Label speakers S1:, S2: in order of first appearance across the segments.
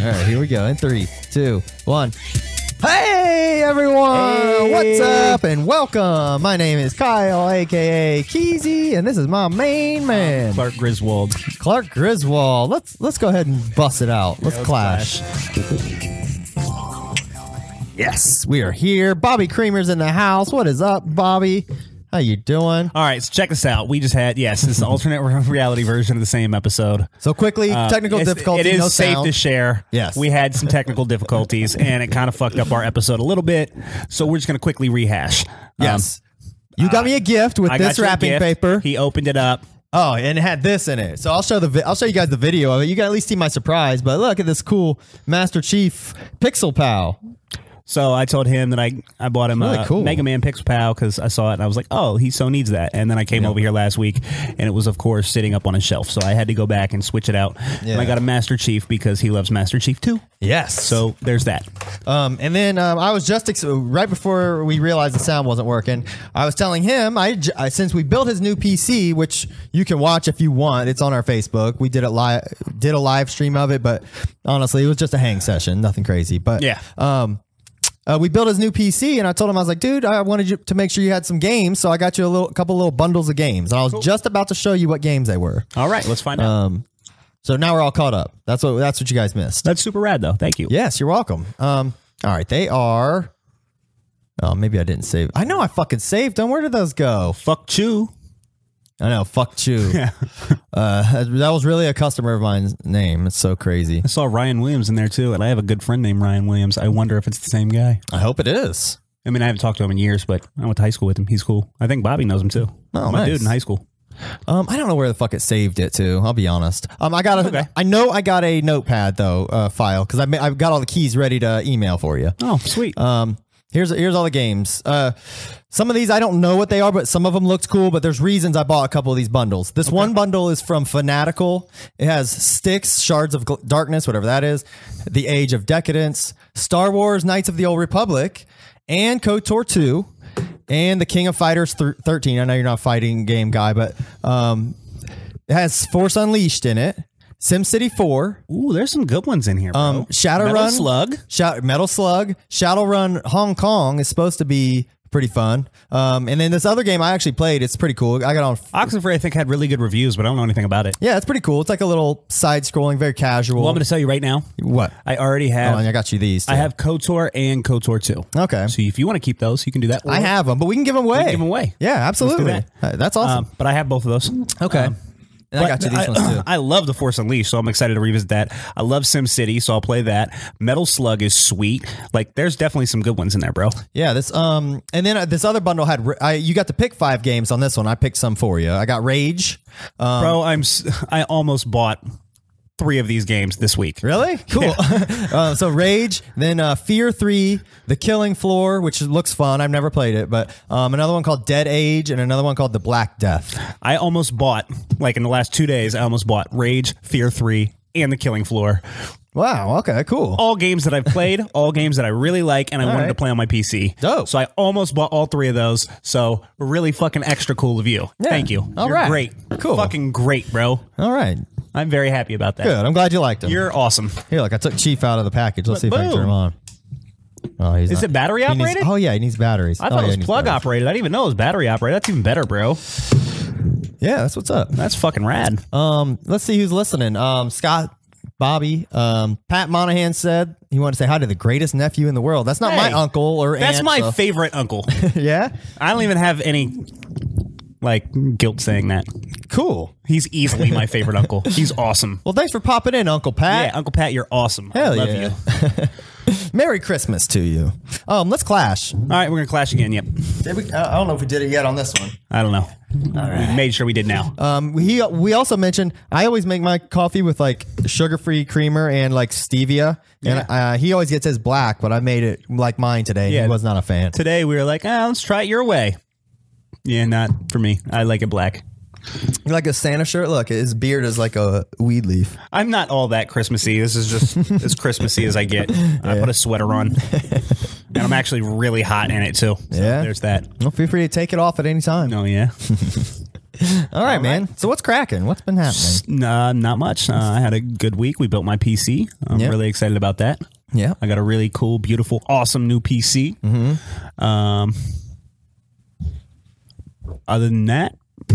S1: go. In three, two, one. Hey everyone!
S2: Hey.
S1: What's up and welcome? My name is Kyle, aka Keezy, and this is my main man,
S2: Clark Griswold.
S1: Clark Griswold. Let's let's go ahead and bust it out. Let's,
S2: let's
S1: clash. yes, we are here. Bobby Creamer's in the house. What is up, Bobby? How you doing?
S2: All right, so check this out. We just had yes, this is the alternate reality version of the same episode.
S1: So quickly,
S2: Uh,
S1: technical
S2: it's-
S1: difficulty.
S2: It is
S1: no
S2: safe
S1: sound.
S2: to share.
S1: Yes.
S2: we had some technical difficulties, and it kind of fucked up our episode a little bit. So we're just going to quickly rehash. Um,
S1: Yes. you got me a gift with
S2: I got
S1: this
S2: you a
S1: wrapping
S2: gift.
S1: paper.
S2: He opened it up.
S1: oh, and it had this in it. So I'll show the vi- I'll show you guys the video of it. You can at least see my surprise. But look at this cool Master Chief Pixel Pal.
S2: So I told him that I, I bought him
S1: Really
S2: a
S1: cool.
S2: Mega Man Pixel Pal because I saw it and I was like, oh, he so needs that. And then I came over here last week and it was, of course, sitting up on a shelf. So I had to go back and switch it out. And
S1: Yeah.
S2: I got a Master Chief because he loves Master Chief too.
S1: Yes. So
S2: So there's that.
S1: um, and then um, I was just ex- right before we realized the sound wasn't working. I was telling him I, j- I- since we built his new PC, which you can watch if you want. It's on our Facebook. We did it live did a live stream of it, but honestly, it was just a hang session, nothing crazy. But
S2: Yeah.
S1: Um, uh, we built his new PC, and I told him I was like, "Dude, I wanted you to make sure you had some games, so I got you a little couple little bundles of games." And I was just about to show you what games they were.
S2: All right, let's find out.
S1: So now we're all caught up. That's what that's what you guys missed.
S2: That's super rad, though. Thank you.
S1: Yes, you're welcome. Um, all right, they are. Oh, maybe I didn't save. I know I fucking saved them. Where did those go?
S2: Fuck you.
S1: I know. Fuck you.
S2: Yeah.
S1: Uh, that was really a customer of mine's name. It's so crazy.
S2: I saw Ryan Williams in there too, and I have a good friend named Ryan Williams. I wonder if it's the same guy.
S1: I hope it is.
S2: I mean, I haven't talked to him in years, but I went to high school with him. He's cool. I think Bobby knows him too.
S1: Oh,
S2: my
S1: nice.
S2: dude in high school.
S1: Um, I don't know where the fuck it saved it to. I'll be honest. Um, I got a. I know I got a notepad though uh, file because I ma- I've got all the keys ready to email for you.
S2: Oh, sweet.
S1: Um, here's here's all the games. Uh, some of these I don't know what they are, but some of them looked cool. But there's reasons I bought a couple of these bundles. This one bundle is from Fanatical. It has sticks, shards of Gl- darkness, whatever that is, the Age of Decadence, Star Wars: Knights of the Old Republic, and KOTOR two, and the King of Fighters thir- thirteen. I know you're not a fighting game guy, but um, it has Force Unleashed in it. SimCity 4,
S2: Ooh, there's some good ones in here. Bro.
S1: um, Shadowrun
S2: Metal Slug.
S1: Shou- Metal Slug, Shadowrun Hong Kong is supposed to be pretty fun. Um, and then this other game I actually played, it's pretty cool. I got on.
S2: Oxenfree, I think, had really good reviews, but I don't know anything about it.
S1: Yeah, it's pretty cool. It's like a little side-scrolling, very casual.
S2: Well, I'm going to tell you right now.
S1: what?
S2: I already
S1: Oh,
S2: have.
S1: and I got you these. Too.
S2: I have KOTOR and KOTOR 2.
S1: Okay.
S2: So if you want to keep those, you can do that.
S1: I
S2: Or-
S1: have them, but we can give them away.
S2: give 'em away.
S1: Yeah, absolutely.
S2: that.
S1: Uh, That's awesome.
S2: Um, but I have both of those.
S1: okay.
S2: Um,
S1: and I got you these
S2: I,
S1: ones too.
S2: I love The Force Unleashed, so I'm excited to revisit that. I love Sim City, so I'll play that. Metal Slug is sweet. Like, there's definitely some good ones in there, bro.
S1: Yeah, this um, and then uh, this other bundle had ra- I, you got to pick five games on this one. I picked some for you. I got Rage. Um,
S2: bro, I'm s- I almost bought three of these games this week.
S1: Really? Cool. uh, so Rage, then uh, Fear 3, The Killing Floor, which looks fun. I've never played it, but um, another one called Dead Age and another one called The Black Death.
S2: I almost bought like in the last two days. I almost bought Rage, Fear Three, and The Killing Floor.
S1: Wow. Okay, cool.
S2: All games that I've played, all games that I really like, and I wanted
S1: right.
S2: to play on my PC.
S1: Dope.
S2: So I almost bought all three of those. So really fucking extra cool of you. Thank you.
S1: All
S2: You're
S1: right.
S2: Great.
S1: Cool.
S2: Fucking great, bro.
S1: All right.
S2: I'm very happy about that.
S1: Good. I'm glad you liked them.
S2: You're awesome.
S1: Here, look, I took Chief out of the package. Let's see if I can turn
S2: Boom.
S1: him on. Oh, he's
S2: Is
S1: not-
S2: it battery
S1: he needs-
S2: operated?
S1: oh, yeah, he needs batteries.
S2: I
S1: Oh,
S2: thought
S1: yeah,
S2: it
S1: he
S2: was
S1: needs
S2: plug
S1: batteries.
S2: operated. I didn't even know it was battery operated. That's even better, bro.
S1: Yeah, that's what's up.
S2: That's fucking rad.
S1: Um, let's see who's listening. Um, Scott, Bobby, um, Pat Monahan said he wanted to say hi to the greatest nephew in the world. That's not
S2: Hey,
S1: my uncle or
S2: That's
S1: aunt,
S2: my
S1: so-
S2: favorite uncle.
S1: yeah.
S2: I don't even have any like guilt saying that.
S1: Cool.
S2: He's easily my favorite uncle. He's awesome.
S1: Well, thanks for popping in, Uncle Pat.
S2: Yeah, Uncle Pat, you're awesome.
S1: Hell
S2: I love
S1: yeah.
S2: you.
S1: Merry Christmas to you. Um, let's clash.
S2: All right, we're gonna clash again. Yep.
S1: Did we, I don't know if we did it yet on this one.
S2: I don't know. We made sure we did now.
S1: Um, he we also mentioned I always make my coffee with like sugar free creamer and like stevia, and uh, he always gets his black, but I made it like mine today. and
S2: Yeah.
S1: He was not a fan.
S2: Today we were like, ah, let's try it your way. Yeah, not for me. I like it black.
S1: Like a Santa shirt. Look, his beard is like a weed leaf.
S2: I'm not all that Christmassy. This is just as Christmassy as I get. I put a sweater on, and I'm actually really hot in it too. So
S1: Yeah?
S2: there's that.
S1: Well, feel free to take it off at any time.
S2: Oh yeah.
S1: All right, man. So what's cracking? What's been happening?
S2: Nah, not much. Uh, I had a good week. We built my PC. I'm
S1: Yeah.
S2: really excited about that.
S1: Yeah.
S2: I got a really cool, beautiful, awesome new PC.
S1: Mm-hmm.
S2: Um, other than that, I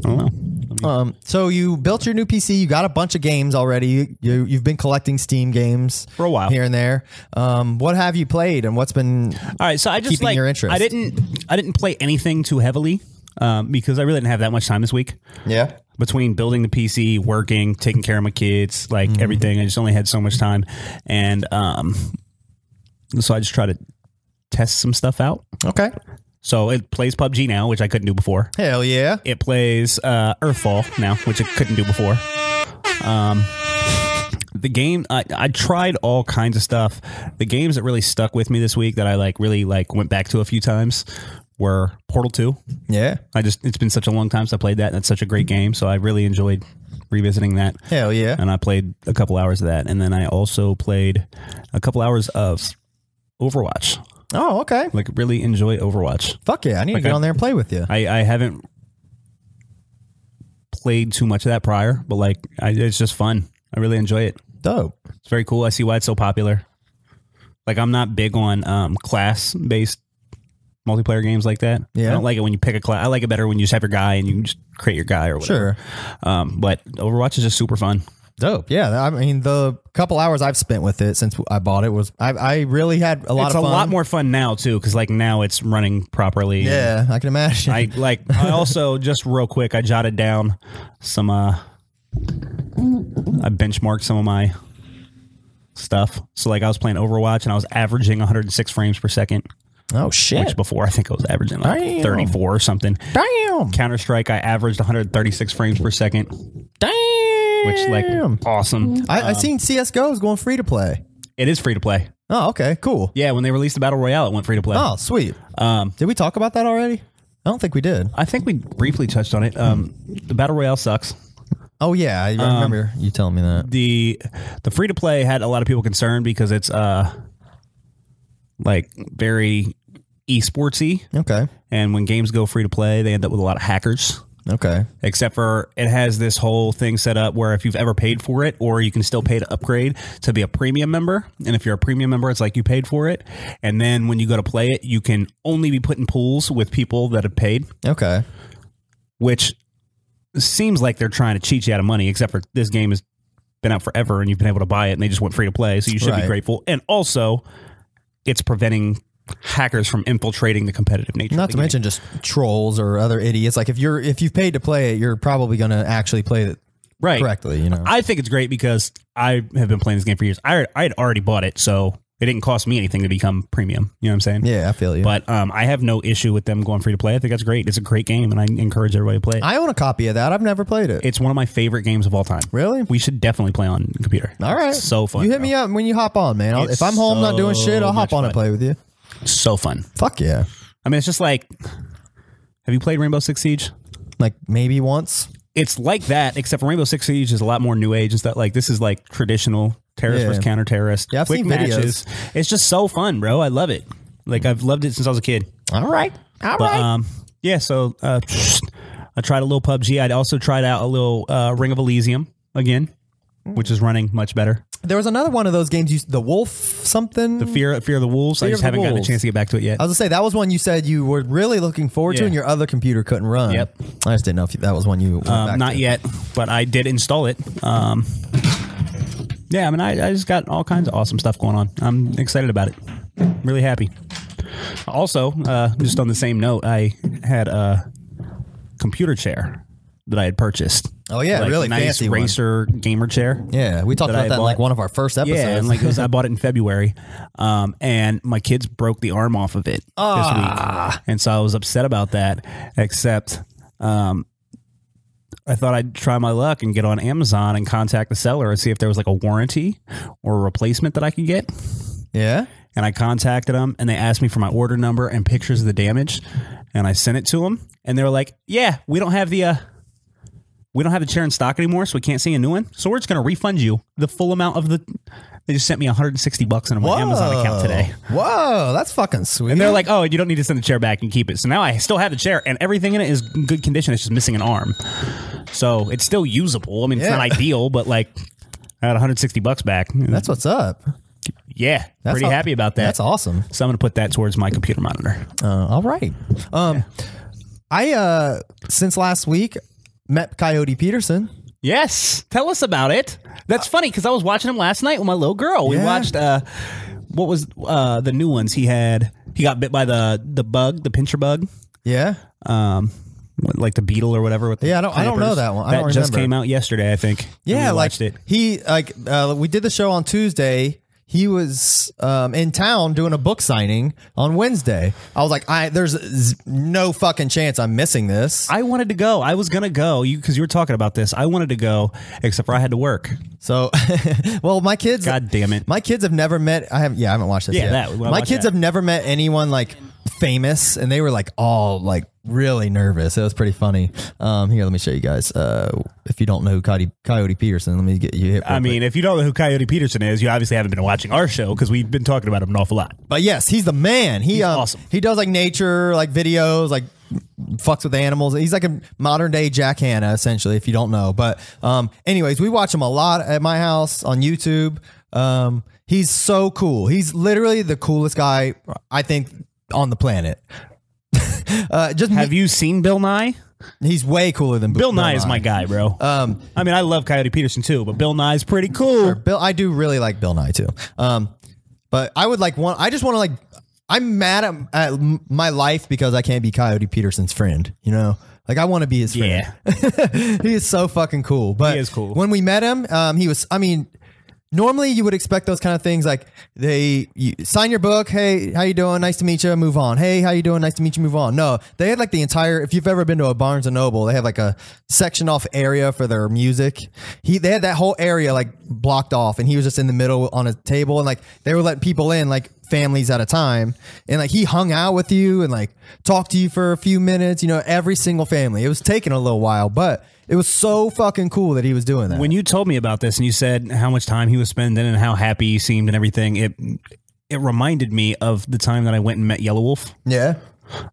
S2: don't know.
S1: Um, so you built your new PC. You got a bunch of games already. You, you you've been collecting Steam games
S2: For a while.
S1: here and there. Um, what have you played, and what's been?
S2: All right, so I just
S1: Keeping
S2: like
S1: your interest.
S2: I didn't I didn't play anything too heavily um, because I really didn't have that much time this week
S1: Yeah.
S2: between building the PC, working, taking care of my kids, like everything. I just only had so much time, and um, so I just try to test some stuff out.
S1: Okay.
S2: So it plays PUBG now, which I couldn't do before.
S1: Hell yeah.
S2: It plays uh, Earthfall now, which I couldn't do before. Um, the game I, I tried all kinds of stuff. The games that really stuck with me this week that I like really like went back to a few times were Portal Two.
S1: Yeah.
S2: I just it's been such a long time since I played that. And that's such a great game, so I really enjoyed revisiting that.
S1: Hell yeah.
S2: And I played a couple hours of that, and then I also played a couple hours of Overwatch.
S1: Oh, okay.
S2: Like really enjoy Overwatch.
S1: Fuck yeah. I need to get
S2: Okay.
S1: on there and play with you.
S2: I, I haven't played too much of that prior, but like I, it's just fun. I really enjoy it.
S1: Dope.
S2: It's very cool. I see why it's so popular. Like I'm not big on um, class based multiplayer games like that.
S1: Yeah.
S2: I don't like it when you pick a class. I like it better when you just have your guy and you can just create your guy or
S1: Sure.
S2: whatever. Um, but Overwatch is just super fun.
S1: Dope. Yeah. I mean, the couple hours I've spent with it since I bought it was I, I really had a lot
S2: it's
S1: of
S2: a
S1: fun.
S2: lot more fun now too because like now it's running properly.
S1: Yeah, I can imagine.
S2: I like. I also just real quick. I jotted down some. uh I benchmarked some of my stuff. So like I was playing Overwatch and I was averaging 106 frames per second,
S1: oh
S2: which
S1: shit.
S2: before I think I was averaging like
S1: Damn.
S2: 34 or something.
S1: Damn.
S2: Counter Strike, I averaged 136 frames per second,
S1: Damn.
S2: which like um, awesome.
S1: I, I seen CS:GO is going free to play.
S2: It is free to play.
S1: Oh, okay, cool.
S2: Yeah, when they released the battle royale, it went free to play.
S1: Oh, sweet.
S2: Um,
S1: Did we talk about that already? I don't think we did.
S2: I think we briefly touched on it. Um, the battle royale sucks.
S1: Oh yeah, I
S2: Um,
S1: remember you telling me that.
S2: the the free to play had a lot of people concerned because it's uh like very esportsy
S1: Okay.
S2: and when games go free to play they end up with a lot of hackers
S1: Okay.
S2: except for it has this whole thing set up where if you've ever paid for it or you can still pay to upgrade to be a premium member and if you're a premium member it's like you paid for it and then when you go to play it you can only be put in pools with people that have paid
S1: Okay.
S2: which seems like they're trying to cheat you out of money, except for this game has been out forever and you've been able to buy it and they just went free to play. So you should
S1: Right.
S2: be grateful. And also, it's preventing hackers from infiltrating the competitive nature.
S1: Not
S2: of
S1: to
S2: the game.
S1: mention just trolls or other idiots. Like if you're if you've paid to play it, you're probably going to actually play it
S2: right.
S1: correctly. You know.
S2: I think it's great because I have been playing this game for years. I, I had already bought it, so it didn't cost me anything to become premium. You know what I'm saying?
S1: yeah, I feel you.
S2: But um, I have no issue with them going free to play. I think that's great. It's a great game, and I encourage everybody to play it.
S1: I own a copy of that. I've never played it.
S2: it's one of my favorite games of all time.
S1: Really?
S2: We should definitely play on the computer.
S1: All right.
S2: It's so fun.
S1: You hit
S2: bro.
S1: me up when you hop on, man. I'll,
S2: It's
S1: if I'm home not doing
S2: so
S1: shit, I'll hop
S2: much
S1: on and
S2: fun.
S1: play with you.
S2: so fun.
S1: Fuck yeah.
S2: I mean, it's just like, have you played Rainbow Six Siege?
S1: Like maybe once.
S2: It's like that, except for Rainbow Six Siege is a lot more new age and stuff. Like this is like traditional terrorist
S1: Yeah.
S2: versus counter terrorist.
S1: Yeah, I've
S2: quick
S1: seen videos.
S2: matches. It's just so fun, bro. I love it. Like I've loved it since I was a kid.
S1: All right. All right.
S2: But um, yeah. So uh, I tried a little PUBG. I'd also tried out a little uh, Ring of Elysium again, which is running much better.
S1: there was another one of those games. You, the wolf something.
S2: Fear, Fear of the Wolves. I
S1: Fear of
S2: just
S1: the
S2: haven't gotten a
S1: Wolves.
S2: chance to get back to it yet.
S1: I was gonna say that was one you said you were really looking forward to,
S2: Yeah.
S1: and your other computer couldn't run.
S2: Yep.
S1: I just didn't know if you, that was one you. Went
S2: Um,
S1: back
S2: not
S1: to.
S2: yet, but I did install it. Um, yeah, I mean, I, I just got all kinds of awesome stuff going on. I'm excited about it. Really happy. Also, uh, just on the same note, I had a computer chair that I had purchased.
S1: Oh yeah,
S2: Like,
S1: really
S2: nice
S1: fancy one.
S2: racer gamer chair.
S1: Yeah, we talked about
S2: that I
S1: that in like
S2: bought.
S1: one of our first episodes.
S2: Yeah, and like it was, I bought it in February, um, and my kids broke the arm off of it this week, and so I was upset about that. Except, um, I thought I'd try my luck and get on Amazon and contact the seller and see if there was like a warranty or a replacement that I could get.
S1: yeah.
S2: And I contacted them, and they asked me for my order number and pictures of the damage, and I sent it to them, and they were like, "Yeah, we don't have the." Uh, we don't have the chair in stock anymore, so we can't see a new one. So we're just going to refund you the full amount of the. They just sent me 160 bucks into my Amazon account today.
S1: Whoa, that's fucking sweet.
S2: And they're like, "Oh, you don't need to send the chair back and keep it." So now I still have the chair, and everything in it is in good condition. It's just missing an arm, so it's still usable. I mean, it's
S1: Yeah.
S2: not ideal, but like, I got 160 bucks back.
S1: that's what's up.
S2: yeah,
S1: That's
S2: pretty
S1: aw-
S2: happy about that.
S1: That's awesome.
S2: So I'm gonna put that towards my computer monitor.
S1: Uh, all right. Um, I uh, since last week met Coyote Peterson.
S2: Yes, tell us about it. That's funny because I was watching him last night with my little girl. We
S1: Yeah.
S2: watched uh, what was uh the new ones he had. He got bit by the the bug, the pincher bug.
S1: Yeah.
S2: um, what, like the Beetle or whatever. With the
S1: Yeah, I don't- I don't
S2: clampers.
S1: know that one. I
S2: that
S1: don't
S2: just
S1: remember.
S2: came out yesterday, I think.
S1: Yeah,
S2: we
S1: like
S2: watched it.
S1: he like uh, we did the show on Tuesday. He was um, in town doing a book signing on Wednesday. I was like, I there's z- no fucking chance I'm missing this.
S2: I wanted to go. I was gonna go. You because you were talking about this. I wanted to go, except for I had to work.
S1: So, well, my kids,
S2: God damn it.
S1: my kids have never met. I have, yeah, I haven't watched this
S2: Yeah,
S1: yet.
S2: that- well,
S1: my
S2: watch
S1: kids
S2: that.
S1: have never met anyone like famous, and they were like all like really nervous. It was pretty funny. Um, here, let me show you guys. Uh, if you don't know who Coyote, Coyote Peterson, let me get you. Hit
S2: I mean, if you don't know who Coyote Peterson is, you obviously haven't been watching our show because we've been talking about him an awful lot.
S1: But yes, he's the man. He um,
S2: awesome.
S1: He does like nature, like videos, like fucks with animals. He's like a modern day Jack Hanna, essentially, if you don't know. But um, anyways, we watch him a lot at my house on YouTube. Um, he's so cool. He's literally the coolest guy I think on the planet. uh, just
S2: Have you seen Bill Nye?
S1: he's way cooler than
S2: Bill Nye is my guy, bro. Um, I mean, I love Coyote Peterson too, but Bill Nye's pretty cool.
S1: Bill, I do really like Bill Nye too. Um, but I would like one. I just want to like. I'm mad at, at m- my life because I can't be Coyote Peterson's friend. You know, like I want to be his friend.
S2: Yeah,
S1: he is so fucking cool. But
S2: is cool.
S1: When we met him, um, he was. I mean, normally you would expect those kind of things. Like they you sign your book. Hey, how you doing? Nice to meet you. Move on. Hey, how you doing? Nice to meet you. Move on. No, they had like the entire. If you've ever been to a Barnes and Noble, they have like a section off area for their music. He they had that whole area like blocked off, and he was just in the middle on a table, and like they were letting people in like families at a time and like he hung out with you and like talked to you for a few minutes you know every single family it was taking a little while but it was so fucking cool that he was doing that
S2: when you told me about this and you said how much time he was spending and how happy he seemed and everything, it it reminded me of the time that I went and met Yellow Wolf.
S1: yeah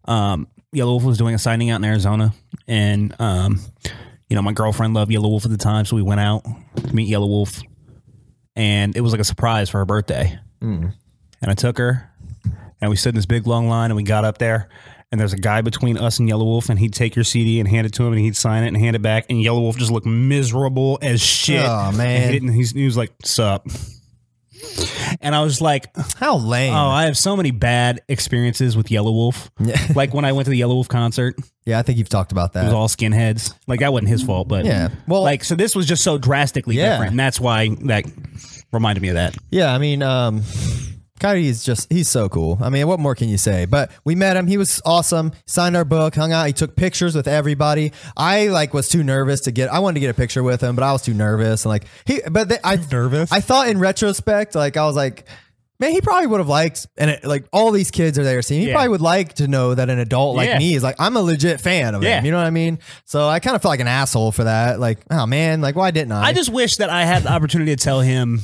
S2: Um, Yellow Wolf was doing a signing out in Arizona, and um, you know my girlfriend loved Yellow Wolf at the time, so we went out to meet Yellow Wolf, and it was like a surprise for her birthday.
S1: Mm.
S2: And I took her, and we stood in this big long line, and we got up there. And there's a guy between us and Yellow Wolf, and he'd take your CD and hand it to him, and he'd sign it and hand it back. And Yellow Wolf just looked miserable as shit.
S1: Aw, man.
S2: And he, didn't, he's- he was like, "Sup?" And I was like,
S1: how lame
S2: Oh, I have so many bad experiences with Yellow Wolf. like when I went to the Yellow Wolf concert, it
S1: yeah i think you've talked about
S2: was
S1: that
S2: all skinheads. Like that wasn't his fault, but
S1: Yeah. Well-
S2: Uh, Well, like so this was just so drastically
S1: Yeah.
S2: different, and that's why that reminded me of that.
S1: yeah i mean um Coyote is just, he's so cool. I mean, what more can you say? But we met him. He was awesome. Signed our book, hung out. He took pictures with everybody. I like was too nervous to get, I wanted to get a picture with him, but I was too nervous. And like, he, but th- I,
S2: nervous?
S1: I thought in retrospect, like, I was like, man, he probably would have liked, and it, like all these kids are there seeing, he
S2: Yeah.
S1: probably would like to know that an adult like
S2: Yeah.
S1: me is like, I'm a legit fan of
S2: Yeah.
S1: him. You know what I mean? So I kind of felt like an asshole for that. Like, oh man, like, why didn't I?
S2: I just wish that I had the opportunity to tell him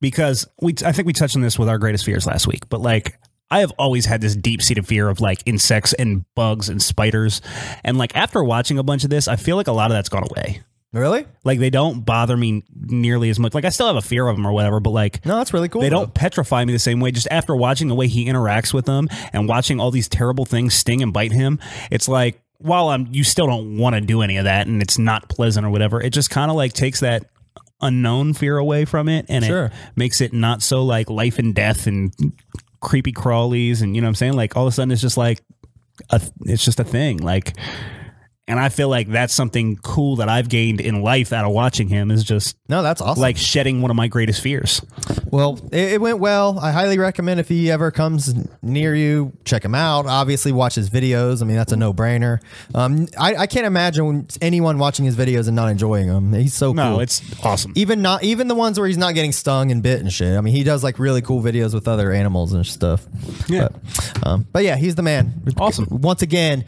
S2: because we I think we touched on this with our greatest fears last week, but like I have always had this deep seated fear of like insects and bugs and spiders. And like after watching a bunch of this, I feel like a lot of that's gone away.
S1: really?
S2: Like they don't bother me nearly as much. Like I still have a fear of them or whatever, but like
S1: No, that's really cool.
S2: they
S1: though.
S2: don't petrify me the same way. Just after watching the way he interacts with them and watching all these terrible things sting and bite him, it's like while I'm you still don't want to do any of that and it's not pleasant or whatever. It just kind of like takes that unknown fear away from it and
S1: Sure.
S2: it makes it not so like life and death and creepy crawlies and you know what I'm saying? Like all of a sudden it's just like a th- it's just a thing like and I feel like that's something cool that I've gained in life out of watching him is just
S1: No, that's awesome.
S2: like shedding one of my greatest fears.
S1: Well, it, it went well. I highly recommend if he ever comes near you, check him out. Obviously, watch his videos. I mean, that's a no brainer. Um, I, I can't imagine anyone watching his videos and not enjoying them. He's so
S2: No,
S1: cool. E-
S2: it's awesome.
S1: even not even the ones where he's not getting stung and bit and shit. I mean, he does like really cool videos with other animals and stuff.
S2: Yeah.
S1: But, um, but yeah, he's the man.
S2: Awesome.
S1: Once again,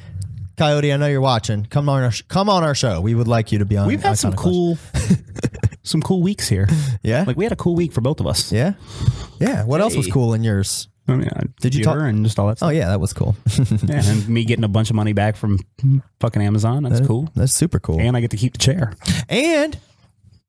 S1: Coyote, I know you're watching. Come on, our sh- come on our show. We would like you to be on.
S2: We've had some
S1: Iconic
S2: cool, some cool weeks here.
S1: Yeah,
S2: Like we had a cool week for both of us.
S1: yeah, yeah. What else was cool in yours?
S2: I mean, I-
S1: Did you
S2: beer
S1: talk-
S2: and just all that
S1: Oh
S2: stuff?
S1: yeah, that was cool.
S2: Yeah, and me getting a bunch of money back from fucking Amazon. That's cool.
S1: That's super cool.
S2: And I get to keep the chair.
S1: And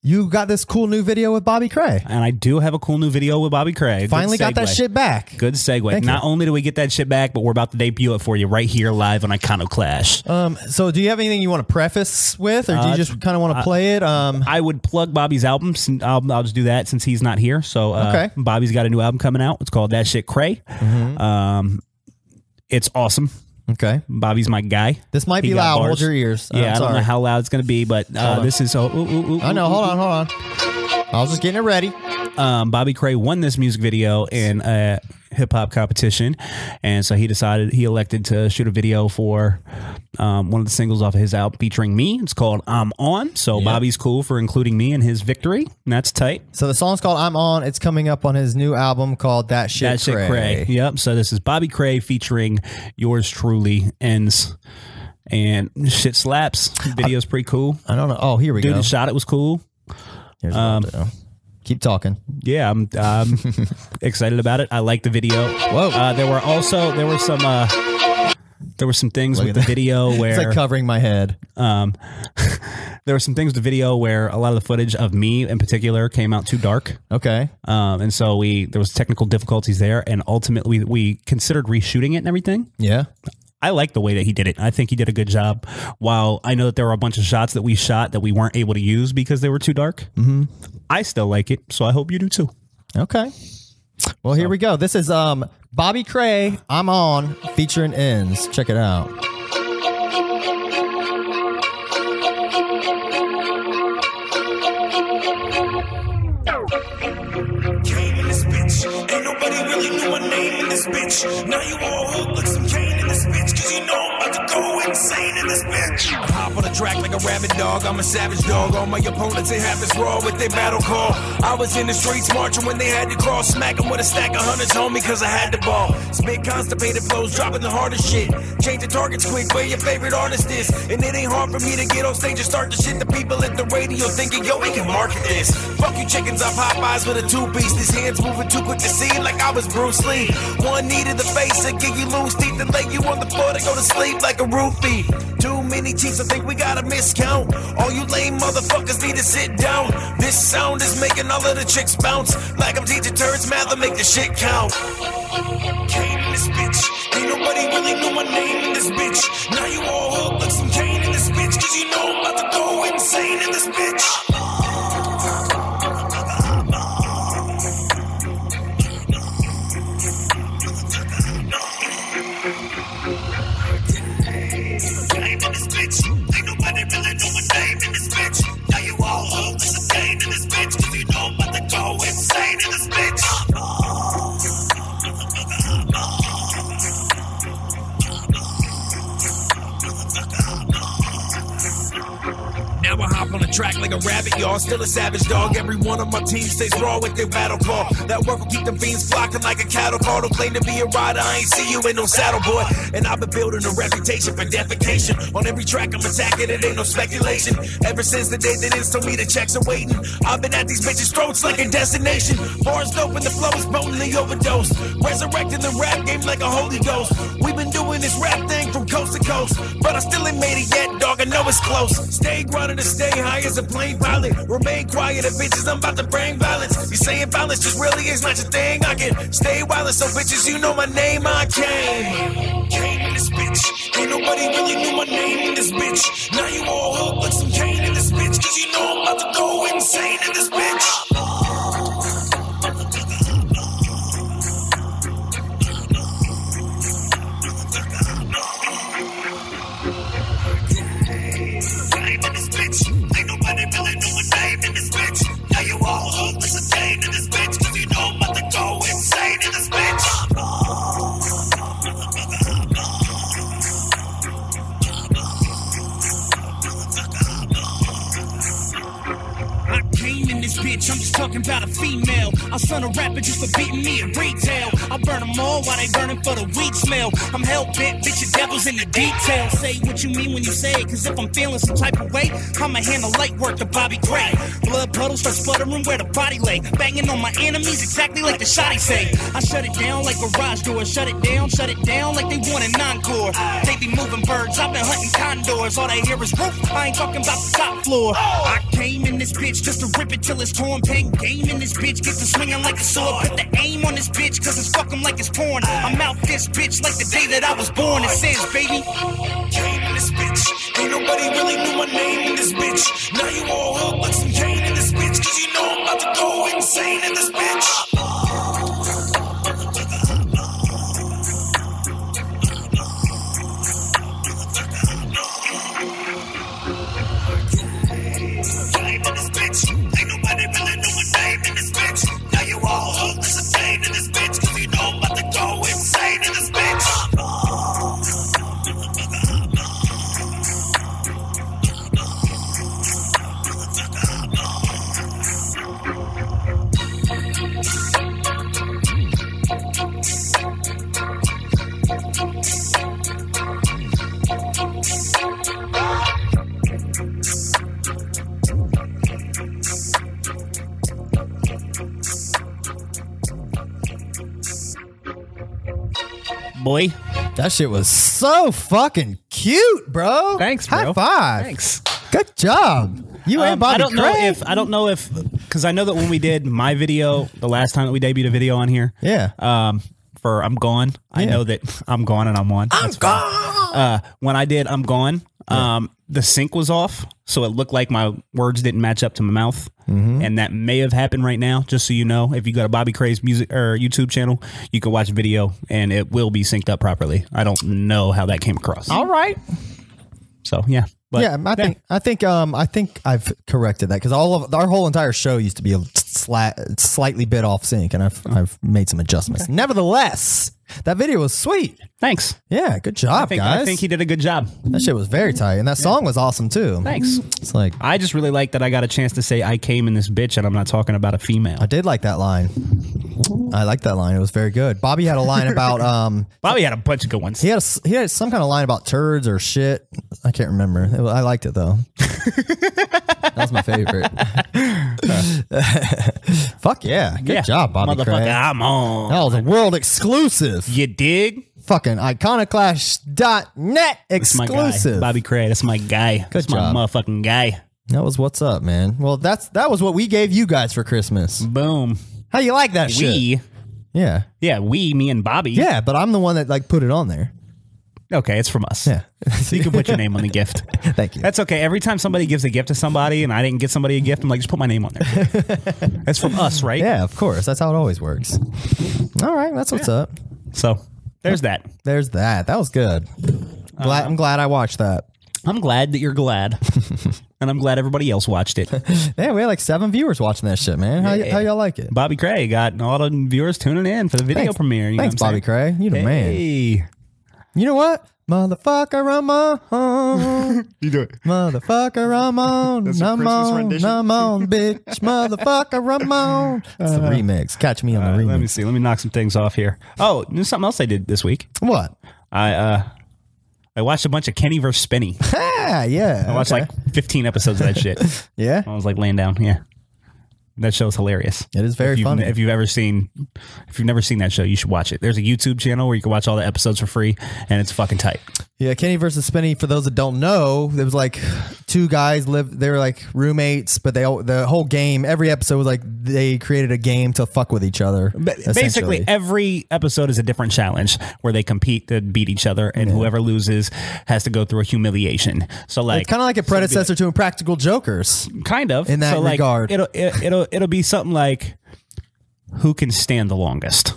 S1: you got this cool new video with Bobby Cray.
S2: And I do have a cool new video with Bobby Craig. Good
S1: Finally got that
S2: segue.
S1: shit back.
S2: Good segue. Not only do we get that shit back, but we're about to debut it for you right here live on Iconoclash.
S1: Um, so do you have anything you want to preface with, or do you
S2: Uh,
S1: just kind of want to play it? Um,
S2: I would plug Bobby's album. sin- I'll, I'll just do that since he's not here. So uh,
S1: Okay. Mm-hmm.
S2: Bobby's got a new album coming out. It's called That Shit Cray. Um, it's awesome.
S1: okay,
S2: Bobby's my guy.
S1: this might
S2: He
S1: be
S2: got
S1: loud. Hold
S2: bars.
S1: your ears.
S2: Yeah,
S1: I'm
S2: I don't know
S1: sorry.
S2: how loud it's going to be, but uh, this is. Oh, ooh, ooh, ooh,
S1: I know.
S2: ooh,
S1: Hold on, hold on. I was just getting it ready.
S2: um, Bobby Cray won this music video in a hip hop competition, and so he decided he elected to shoot a video for um, one of the singles off of his album featuring me. It's called "I'm On." So Bobby's cool for including me in his victory, and that's tight.
S1: So the song's called "I'm On." It's coming up on his new album called "That Shit."
S2: That shit, Cray. Yep. So this is Bobby Cray featuring yours truly ends. And shit slaps. Video's pretty cool.
S1: I don't know. Oh, here we
S2: Dude
S1: go.
S2: that shot it was cool.
S1: Here's what
S2: um,
S1: I'll do. Keep talking.
S2: yeah, I'm, I'm excited about it. I like the video.
S1: Whoa.
S2: Uh, there were also there were some uh, there were some things with the video
S1: It's
S2: where
S1: like covering my head.
S2: um, there were some things with the video where a lot of the footage of me in particular came out too dark,
S1: Okay.
S2: um, and so we there was technical difficulties there, and ultimately we, we considered reshooting it and everything.
S1: Yeah.
S2: I like the way that he did it. I think he did a good job. While I know that there were a bunch of shots that we shot that we weren't able to use because they were too dark, mm-hmm. I still like it. So I hope you do too.
S1: Okay. Well, here we go. This is um Bobby Cray. I'm on featuring ends. Check it out.
S3: Kane in this bitch. Ain't nobody really knew my name in this bitch. Now you all hooked like some cane in this bitch. Cause you know I'm about to go insane in this bitch. I hop on the track like a rabid dog. I'm a savage dog. All my opponents, they have this raw with their battle call. I was in the streets marching when they had to cross. Smack 'em with a stack of hundreds, homie, cause I had the ball. Spit constipated flows, dropping the hardest shit. Change the targets quick, where your favorite artist is. And it ain't hard for me to get on stage and start to shit the people at the radio thinking, yo, we can market this. Fuck you chickens, I Popeyes with a two-piece. These hands moving too quick to see like I was Bruce Lee. One knee to the face and get you loose teeth and lay you on the floor to go to sleep like a roofie. Too many cheats, I think we got a miscount. All you lame motherfuckers need to sit down. This sound is making all of the chicks bounce. Like I'm teaching turds math and make the shit count cane in this bitch. Ain't nobody really knew my name in this bitch. Now you all hooked like some cane in this bitch. Cause you know I'm about to go insane in this bitch. Cane in this bitch. Ain't nobody really knew my name in this bitch. Now you all hooked like some cane in this bitch. Cause you know I'm about to go insane in this bitch. Now I hop on the track like a rabbit, y'all. Still a savage dog. Every one of my team stays raw with their battle call. That work will keep them fiends flocking like a cattle call. Don't claim to be a rider, I ain't see you in no saddle, boy. And I've been building a reputation for defecation. On every track I'm attacking, it ain't no speculation. Ever since the day that it's told me the checks are waiting, I've been at these bitches' throats like a destination. Bars dope and the flow is potently overdosed. Resurrecting the rap game like a holy ghost. We've been doing this rap thing from coast to coast, but I still ain't made it yet, dog. I know it's close. Stay grounded and stay high as a plane pilot. Remain quiet, and bitches, I'm about to bring violence. You saying violence just really is not your thing. I can stay wild, so bitches, you know my name. I came, came in this bitch. Ain't nobody really knew my name in this bitch. Now you all hooked like some cane in this bitch, cause you know I'm about to go insane in this bitch. game in this bitch. Ain't nobody really knew a name in this bitch. Now you all hooked like a game in this bitch. Cause you know I'm about to go insane in this bitch. talking about a female. I'll son a rapper just for beating me at retail. I burn them all while they burning for the weed smell. I'm hell bent, bitch, your devil's in the detail. Say what you mean when you say it, cause if I'm feeling some type of way, I'ma handle light work to Bobby Gray. Blood puddles start spluttering where the body lay. Banging on my enemies exactly like the shot he say. I shut it down like garage doors. Shut it down, shut it down like they want an encore. They be moving birds, I've been hunting condors. All they hear is roof, I ain't talking about the top floor. I came in this bitch just to rip it till it's torn. Pain game in this bitch, get to swinging like a sword. Put the aim on this bitch, cause it's fucking like it's porn. I'm out this bitch like the day that I was born. It says, baby. Came in this bitch, ain't nobody really knew my name in this bitch. Now you all hooked like some cane in this bitch, cause you know I'm about to go insane in this bitch. Came in this bitch. Ain't nobody really knew my name in this bitch. Now you all hooked as a stain in this bitch. Cause you know I'm about to go insane in this bitch.
S2: boy.
S1: That shit was so fucking cute, bro.
S2: Thanks,
S1: High
S2: bro.
S1: five.
S2: Thanks.
S1: Good job. You ain't
S2: Um,
S1: Bobby
S2: I don't
S1: Cray.
S2: know if I don't know if because I know that when we did my video the last time that we debuted a video on here,
S1: Yeah.
S2: um, for I'm gone. I
S1: Yeah.
S2: know that I'm gone and I'm on. I'm
S1: God.
S2: Uh, when I did I'm gone, um, the sync was off, so it looked like my words didn't match up to my mouth,
S1: Mm-hmm.
S2: and that may have happened right now. Just so you know, if you go to Bobby Cray's music or YouTube channel, you can watch video and it will be synced up properly. I don't know how that came across.
S1: All right.
S2: So yeah, but
S1: yeah, I think I think um I think I've corrected that because all of our whole entire show used to be a sli- slightly bit off sync, and I've I've made some adjustments. Nevertheless, that video was sweet.
S2: thanks.
S1: Yeah, good job,
S2: I think,
S1: guys.
S2: I think he did a good job.
S1: that shit was very tight, and that song was awesome too.
S2: Thanks.
S1: It's like
S2: I just really like that I got a chance to say I came in this bitch and I'm not talking about a female.
S1: I did like that line. I liked that line. It was very good. Bobby had a line about um
S2: Bobby had a bunch of good ones.
S1: He had a, he had some kind of line about turds or shit. I can't remember. It wa- I liked it though. that was my favorite. Fuck yeah! Good
S2: Yeah.
S1: job, Bobby
S2: Motherfucker,
S1: Cray.
S2: I'm on.
S1: That was a world exclusive.
S2: You dig?
S1: Fucking iconoclash.net
S2: My guy.
S1: exclusive.
S2: Bobby Cray. That's my guy. that's
S1: job.
S2: my motherfucking guy.
S1: That was what's up, man. Well, that's that was what we gave you guys for Christmas.
S2: Boom.
S1: How you like that shit?
S2: We.
S1: Yeah.
S2: Yeah, we, me and Bobby.
S1: Yeah, but I'm the one that like put it on there.
S2: Okay, it's from us.
S1: Yeah.
S2: So you can put your name on the gift.
S1: Thank you.
S2: That's okay. Every time somebody gives a gift to somebody and I didn't get somebody a gift, I'm like, just put my name on there. That's from us, right?
S1: yeah, of course. That's how it always works. All right, that's what's up.
S2: So there's that.
S1: There's that. That was good. Glad,
S2: Uh-huh.
S1: I'm glad I watched that.
S2: I'm glad that you're glad. and I'm glad everybody else watched it.
S1: Yeah, we had like seven viewers watching that shit, man. How, y
S2: Yeah.
S1: how y'all like it?
S2: Bobby Cray got all the viewers tuning in for the video
S1: Thanks.
S2: premiere. You
S1: Thanks,
S2: know what
S1: Bobby
S2: I'm
S1: Cray. You the man.
S2: saying? Hey.
S1: You know what? Motherfucker, I'm on.
S4: You do it.
S1: Motherfucker, I'm on.
S4: your
S1: I'm
S4: Christmas
S1: on.
S4: rendition?
S1: I'm on, bitch. Motherfucker, I'm on. It's the remix. Catch me on the
S2: Uh-huh. Let me
S1: remix.
S2: see. Let me knock some things off here. Oh, there's something else I did this week.
S1: What?
S2: I uh I watched a bunch of Kenny versus Spinny.
S1: Ah, yeah.
S2: I watched
S1: okay.
S2: like 15 episodes of that shit.
S1: Yeah.
S2: I was like laying down. Yeah. That show's hilarious.
S1: It is very
S2: if you've-
S1: funny.
S2: If you've ever seen, if you've never seen that show, you should watch it. There's a YouTube channel where you can watch all the episodes for free, and it's fucking tight.
S1: Yeah, Kenny versus Spinny. For those that don't know, there was like two guys lived. They were like roommates, but they all the whole game, every episode was like they created a game to fuck with each other.
S2: Basically,
S1: essentially.
S2: every episode is a different challenge where they compete to beat each other, and whoever loses has to go through a humiliation. So, like,
S1: it's kind of like a predecessor to Impractical Jokers.
S2: kind of
S1: in that
S2: so like,
S1: regard.
S2: It'll it, it'll it'll be something like who can stand the longest.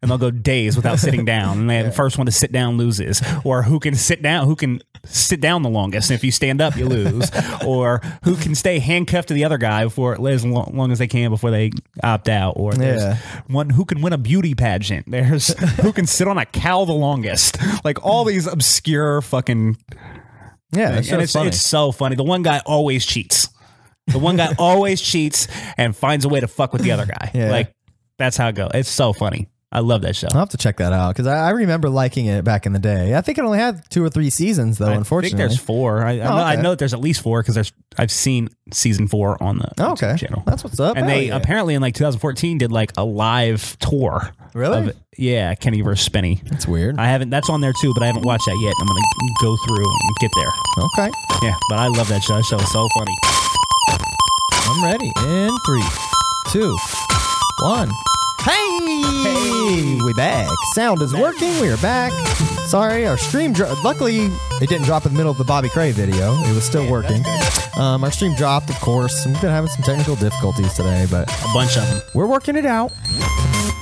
S2: And they'll go days without sitting down, and then the first one to sit down loses. Or who can sit down? Who can sit down the longest? And if you stand up, you lose. or who can stay handcuffed to the other guy for as long, long as they can before they opt out? Or there's
S1: Yeah.
S2: one who can win a beauty pageant. There's who can sit on a cow the longest. Like all these obscure fucking
S1: Yeah, that
S2: and
S1: show's
S2: it's,
S1: funny.
S2: it's so funny. The one guy always cheats. The one guy always cheats and finds a way to fuck with the other guy.
S1: Yeah.
S2: Like that's how it goes. It's so funny. I love that show.
S1: I'll have to check that out because I, I remember liking it back in the day. I think it only had two or three seasons though. unfortunately, Oh,
S2: I think there's four. I, I, know, I
S1: okay.
S2: know that there's at least four because there's I've seen season four on the
S1: Oh, okay.
S2: YouTube channel.
S1: That's what's up.
S2: and
S1: Hell
S2: they
S1: yeah.
S2: apparently in like 2014 did like a live tour.
S1: Really?
S2: Of, yeah, Kenny versus Spenny.
S1: it's weird.
S2: I haven't. That's on there too, but I haven't watched that yet. I'm gonna go through and get there.
S1: okay,
S2: Yeah, but I love that show. That show is so funny.
S1: I'm ready. In three, two, one. Hey, we back. Sound is working. We are back. Sorry, our stream. Dro- luckily, it didn't drop in the middle of the Bobby Cray video. It was still working. Um, our stream dropped, of course. We've been having some technical difficulties today, but
S2: A bunch of them.
S1: We're working it out.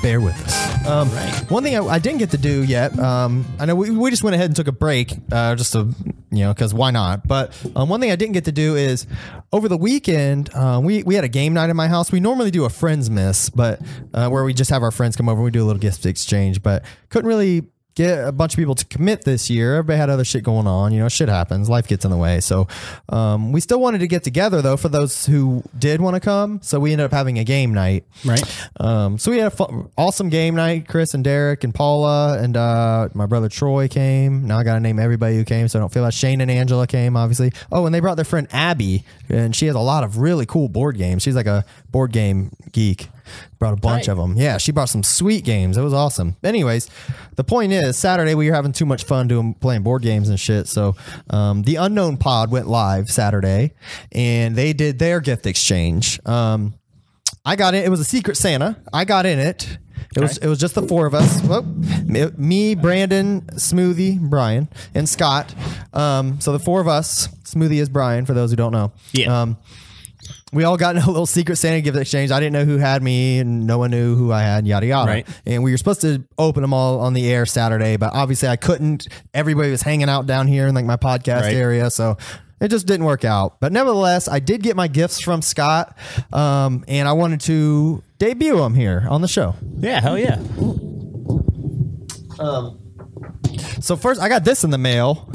S1: Bear with us. Um, One thing I, I didn't get to do yet. Um, I know we, we just went ahead and took a break, uh, just to you know, because why not? But um, one thing I didn't get to do is over the weekend uh, we we had a game night in my house. We normally do a friends miss, but uh, where we just have our friends come over and we do a little gift exchange. But couldn't really get a bunch of people to commit this year. Everybody had other shit going on. You know, shit happens. Life gets in the way. So um, we still wanted to get together though for those who did want to come. So we ended up having a game night.
S2: Right.
S1: Um, so we had a fun, awesome game night. Chris and Derek and Paula and uh, my brother Troy came. Now I got to name everybody who came, so I don't feel bad. Shane and Angela came, obviously. Oh, and they brought their friend Abby, and she has a lot of really cool board games. She's like a board game geek. Brought a bunch of them. Yeah, she brought some sweet games. It was awesome. Anyways, the point is, Saturday we were having too much fun doing playing board games and shit. So, um, the Unknown Pod went live Saturday, and they did their gift exchange. Um, I got in. It was a Secret Santa. I got in it. It was it was just the four of us. Whoa. Me- Me, Brandon, Smoothie, Brian, and Scott. Um, so the four of us. Smoothie is Brian for those who don't know.
S2: Yeah.
S1: Um, we all got in a little Secret Santa gift exchange. I didn't know who had me, and no one knew who I had. Yada yada.
S2: Right.
S1: And we were supposed to open them all on the air Saturday, but obviously I couldn't. Everybody was hanging out down here in like my podcast
S2: Right.
S1: area, so it just didn't work out. But nevertheless, I did get my gifts from Scott, um, and I wanted to debut them here on the show.
S2: Yeah. Hell yeah.
S1: So first, I got this in the mail.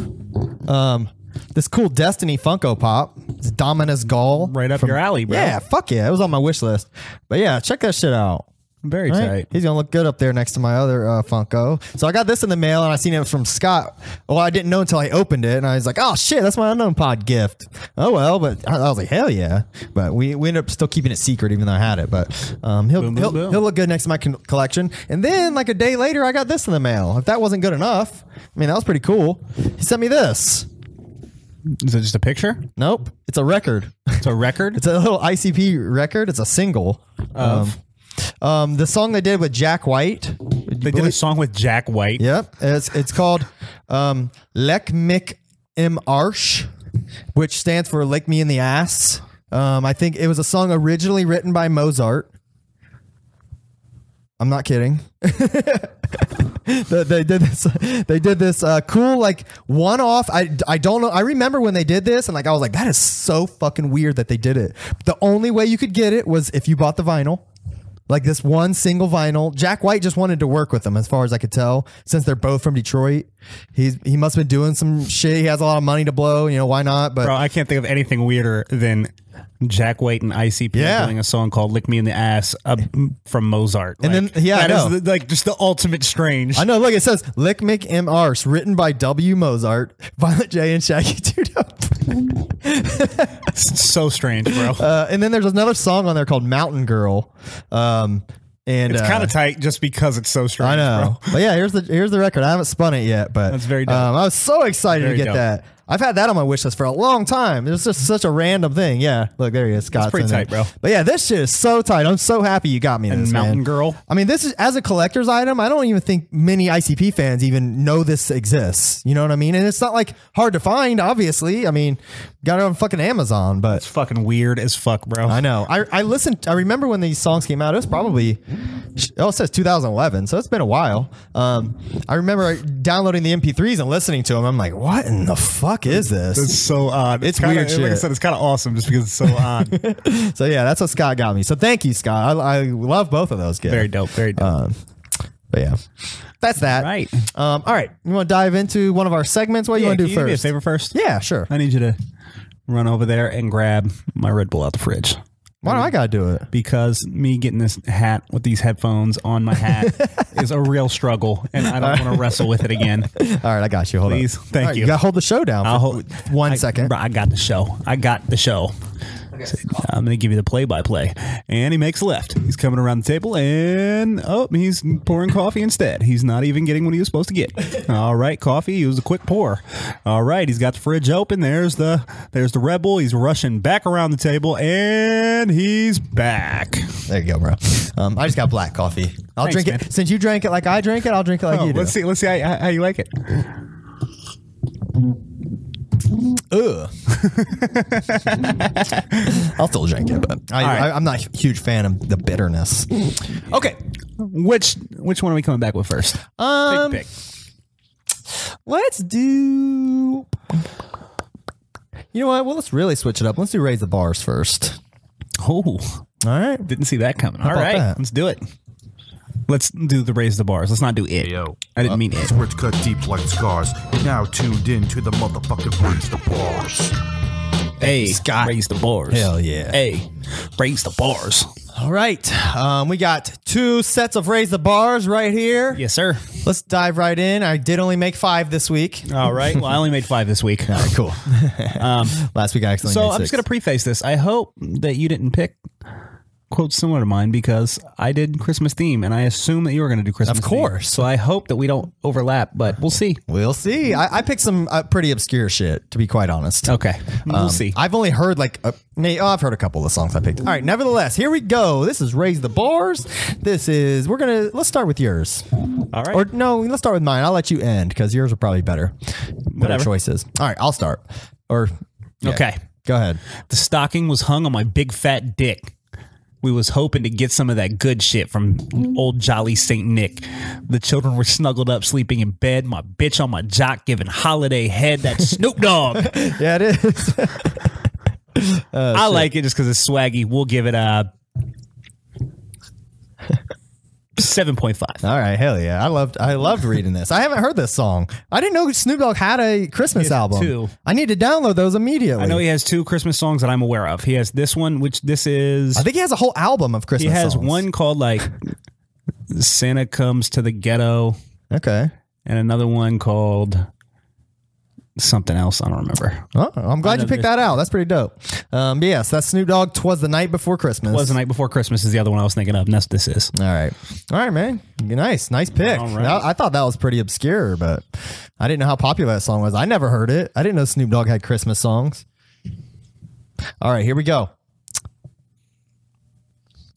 S1: Um, this cool Destiny Funko Pop. It's Dominus Gall.
S2: Right up your alley, bro.
S1: Yeah, fuck yeah. It was on my wish list. But yeah, check that shit out.
S2: Very
S1: Right?
S2: tight.
S1: He's gonna look good up there next to my other uh, Funko. So I got this in the mail, and I seen it was from Scott. Well, I didn't know until I opened it, and I was like, "Oh shit, that's my unknown pod gift." Oh well, but I, I was like, "Hell yeah!" But we, we ended up still keeping it secret, even though I had it. But um, he'll
S2: Boom, boom,
S1: he'll,
S2: boom.
S1: he'll look good next to my con- collection. And then like a day later, I got this in the mail. If that wasn't good enough, I mean that was pretty cool. He sent me this.
S2: Is it just a picture?
S1: Nope, it's a record.
S2: It's a record.
S1: It's a little ICP record. It's a single.
S2: Of?
S1: Um, um, the song they did with Jack White.
S2: they did a song with Jack White.
S1: Yep. It's it's called um, Lek Mik Im Arsh, which stands for Lick Me in the Ass. Um, I think it was a song originally written by Mozart. I'm not kidding. they, they did this. They did this uh, cool like one off. I, I don't know. I remember when they did this and like I was like that is so fucking weird that they did it. The only way you could get it was if you bought the vinyl. Like this one single vinyl. Jack White just wanted to work with them, as far as I could tell, since they're both from Detroit. He's he must have been doing some shit. He has a lot of money to blow. You know why not? But
S2: Bro, I can't think of anything weirder than Jack White and ICP
S1: Yeah.
S2: doing a song called "Lick Me in the Ass" uh, from Mozart.
S1: And
S2: Like,
S1: then- yeah, I
S2: that is
S1: know.
S2: the- like just the ultimate strange.
S1: I know. Look, it says Lick Mick M. Arse, written by W. Mozart, Violet J. and Shaggy Two Dope.
S2: It's so strange, bro.
S1: Uh, and then there's another song on there called Mountain Girl. Um, and
S2: it's kind
S1: uh,
S2: of tight just because it's so strange.
S1: I know.
S2: Bro.
S1: But yeah, here's the here's the record. I haven't spun it yet, but
S2: That's very dope.
S1: Um, I was so excited
S2: Very
S1: to get
S2: dope.
S1: that. I've had that on my wish list for a long time. It's just such a random thing. Yeah, look there he is. Scott's
S2: pretty
S1: in there.
S2: tight, bro.
S1: But yeah, this shit is so tight. I'm so happy you got me
S2: And
S1: this
S2: Mountain
S1: man.
S2: Girl.
S1: I mean, this is as a collector's item. I don't even think many ICP fans even know this exists. You know what I mean? And it's not like hard to find. Obviously, I mean, got it on fucking Amazon, but
S2: It's fucking weird as fuck, bro.
S1: I know. I, I listened. I remember when these songs came out. It was probably oh, it says 2011, so it's been a while. Um, I remember downloading the MP3s and listening to them. I'm like, what in the fuck is
S2: It's
S1: this?
S2: so odd.
S1: It's
S2: kinda,
S1: weird
S2: Like I
S1: shit.
S2: said, it's kind of awesome just because it's so odd.
S1: So yeah, that's what Scott got me. So thank you, Scott. I, I love both of those gifts.
S2: very dope. Very dope.
S1: Um, but yeah, that's that.
S2: Right.
S1: Um, all right. You want to dive into one of our segments? What do you
S2: Yeah,
S1: want
S2: can
S1: to
S2: you
S1: do
S2: do me a
S1: first?
S2: favor first?
S1: Yeah, sure.
S2: I need you to run over there and grab my Red Bull out the fridge
S1: Why do I gotta do it?
S2: because me getting this hat with these headphones on my hat is a real struggle, and I don't want to wrestle with it again.
S1: All right, I got you. Hold
S2: Please.
S1: up.
S2: Thank
S1: All right,
S2: you.
S1: You gotta hold the show down.
S2: I'll
S1: for
S2: hold
S1: one
S2: I,
S1: second.
S2: bro, I got the show. I got the show. I'm going to give you the play-by-play. And he makes a left. He's coming around the table, and oh, he's pouring coffee instead. He's not even getting what he was supposed to get. All right, coffee. It was a quick pour. All right, he's got the fridge open. There's the there's the Red Bull. He's rushing back around the table, and he's back.
S1: There you go, bro. Um, I just got black coffee. I'll
S2: Thanks,
S1: drink it.
S2: man.
S1: Since you drank it like I drank it, I'll drink it like
S2: Oh,
S1: you do.
S2: let's see. Let's see how, how you like it.
S1: Ugh. I'll still drink it, but I,
S2: right.
S1: I, I'm not a huge fan of the bitterness. Okay.
S2: Which which one are we coming back with first?
S1: Um,
S2: Pick, pick.
S1: Let's do. You know what? Well, let's really switch it up. Let's do raise the bars first.
S2: Oh,
S1: All right.
S2: Didn't see that coming. All
S1: about
S2: right,
S1: that?
S2: let's do it. Let's do the raise the bars. Let's not do it.
S4: Yo.
S2: I didn't mean it.
S4: Words cut deep like scars. Now tuned in to the motherfucking raise the bars.
S2: Hey,
S1: Scott.
S2: raise the bars.
S1: Hell yeah.
S2: Hey, raise the bars.
S1: All right. Um, we got two sets of raise the bars right here.
S2: Yes, sir.
S1: Let's dive right in. I did only make five this week.
S2: All right. Well, I only made five this week.
S1: Cool. Last week I actually
S2: Um, So
S1: made
S2: I'm
S1: six.
S2: just going to preface this. I hope that you didn't pick quotes similar to mine because I did Christmas theme, and I assume that you were going to do Christmas.
S1: Of course.
S2: Theme. So I hope that we don't overlap, but we'll see.
S1: We'll see. I, I picked some uh, pretty obscure shit, to be quite honest.
S2: Mm-hmm. Okay, we'll
S1: Um,
S2: see.
S1: I've only heard like, a, nay, oh, I've heard a couple of the songs I picked. All right, nevertheless, here we go. This is Raise the Bars. This is, we're going to, let's start with yours.
S2: All right.
S1: Or no, let's start with mine. I'll let you end because yours are probably better. Better
S2: Whatever.
S1: choices. All right, I'll start. Or, yeah.
S2: Okay.
S1: Go ahead.
S2: The stocking was hung on my big fat dick. We was hoping to get some of that good shit from old jolly Saint Nick. The children were snuggled up sleeping in bed. My bitch on my jock giving holiday head that Snoop Dogg.
S1: Yeah, it is. Oh,
S2: I like it just because it's swaggy. We'll give it a seven point five.
S1: All right, hell yeah. I loved I loved reading this. I haven't heard this song. I didn't know Snoop Dogg had a Christmas
S2: Yeah,
S1: album.
S2: too.
S1: I need to download those immediately.
S2: I know he has two Christmas songs that I'm aware of. He has this one, which this is.
S1: I think he has a whole album of
S2: He
S1: Christmas.
S2: has
S1: songs.
S2: one called like Santa comes to the ghetto.
S1: Okay.
S2: and another one called something else. I don't remember.
S1: Oh, I'm glad you picked that out. That's pretty dope. Um, but yes, that's Snoop Dogg. Twas the night before Christmas.
S2: Was the night before Christmas is the other one I was thinking of. And that's what this is.
S1: All right, all right, man. Nice, nice pick.
S2: All right.
S1: I, I thought that was pretty obscure, but I didn't know how popular that song was. I never heard it. I didn't know Snoop Dogg had Christmas songs. All right, here we go.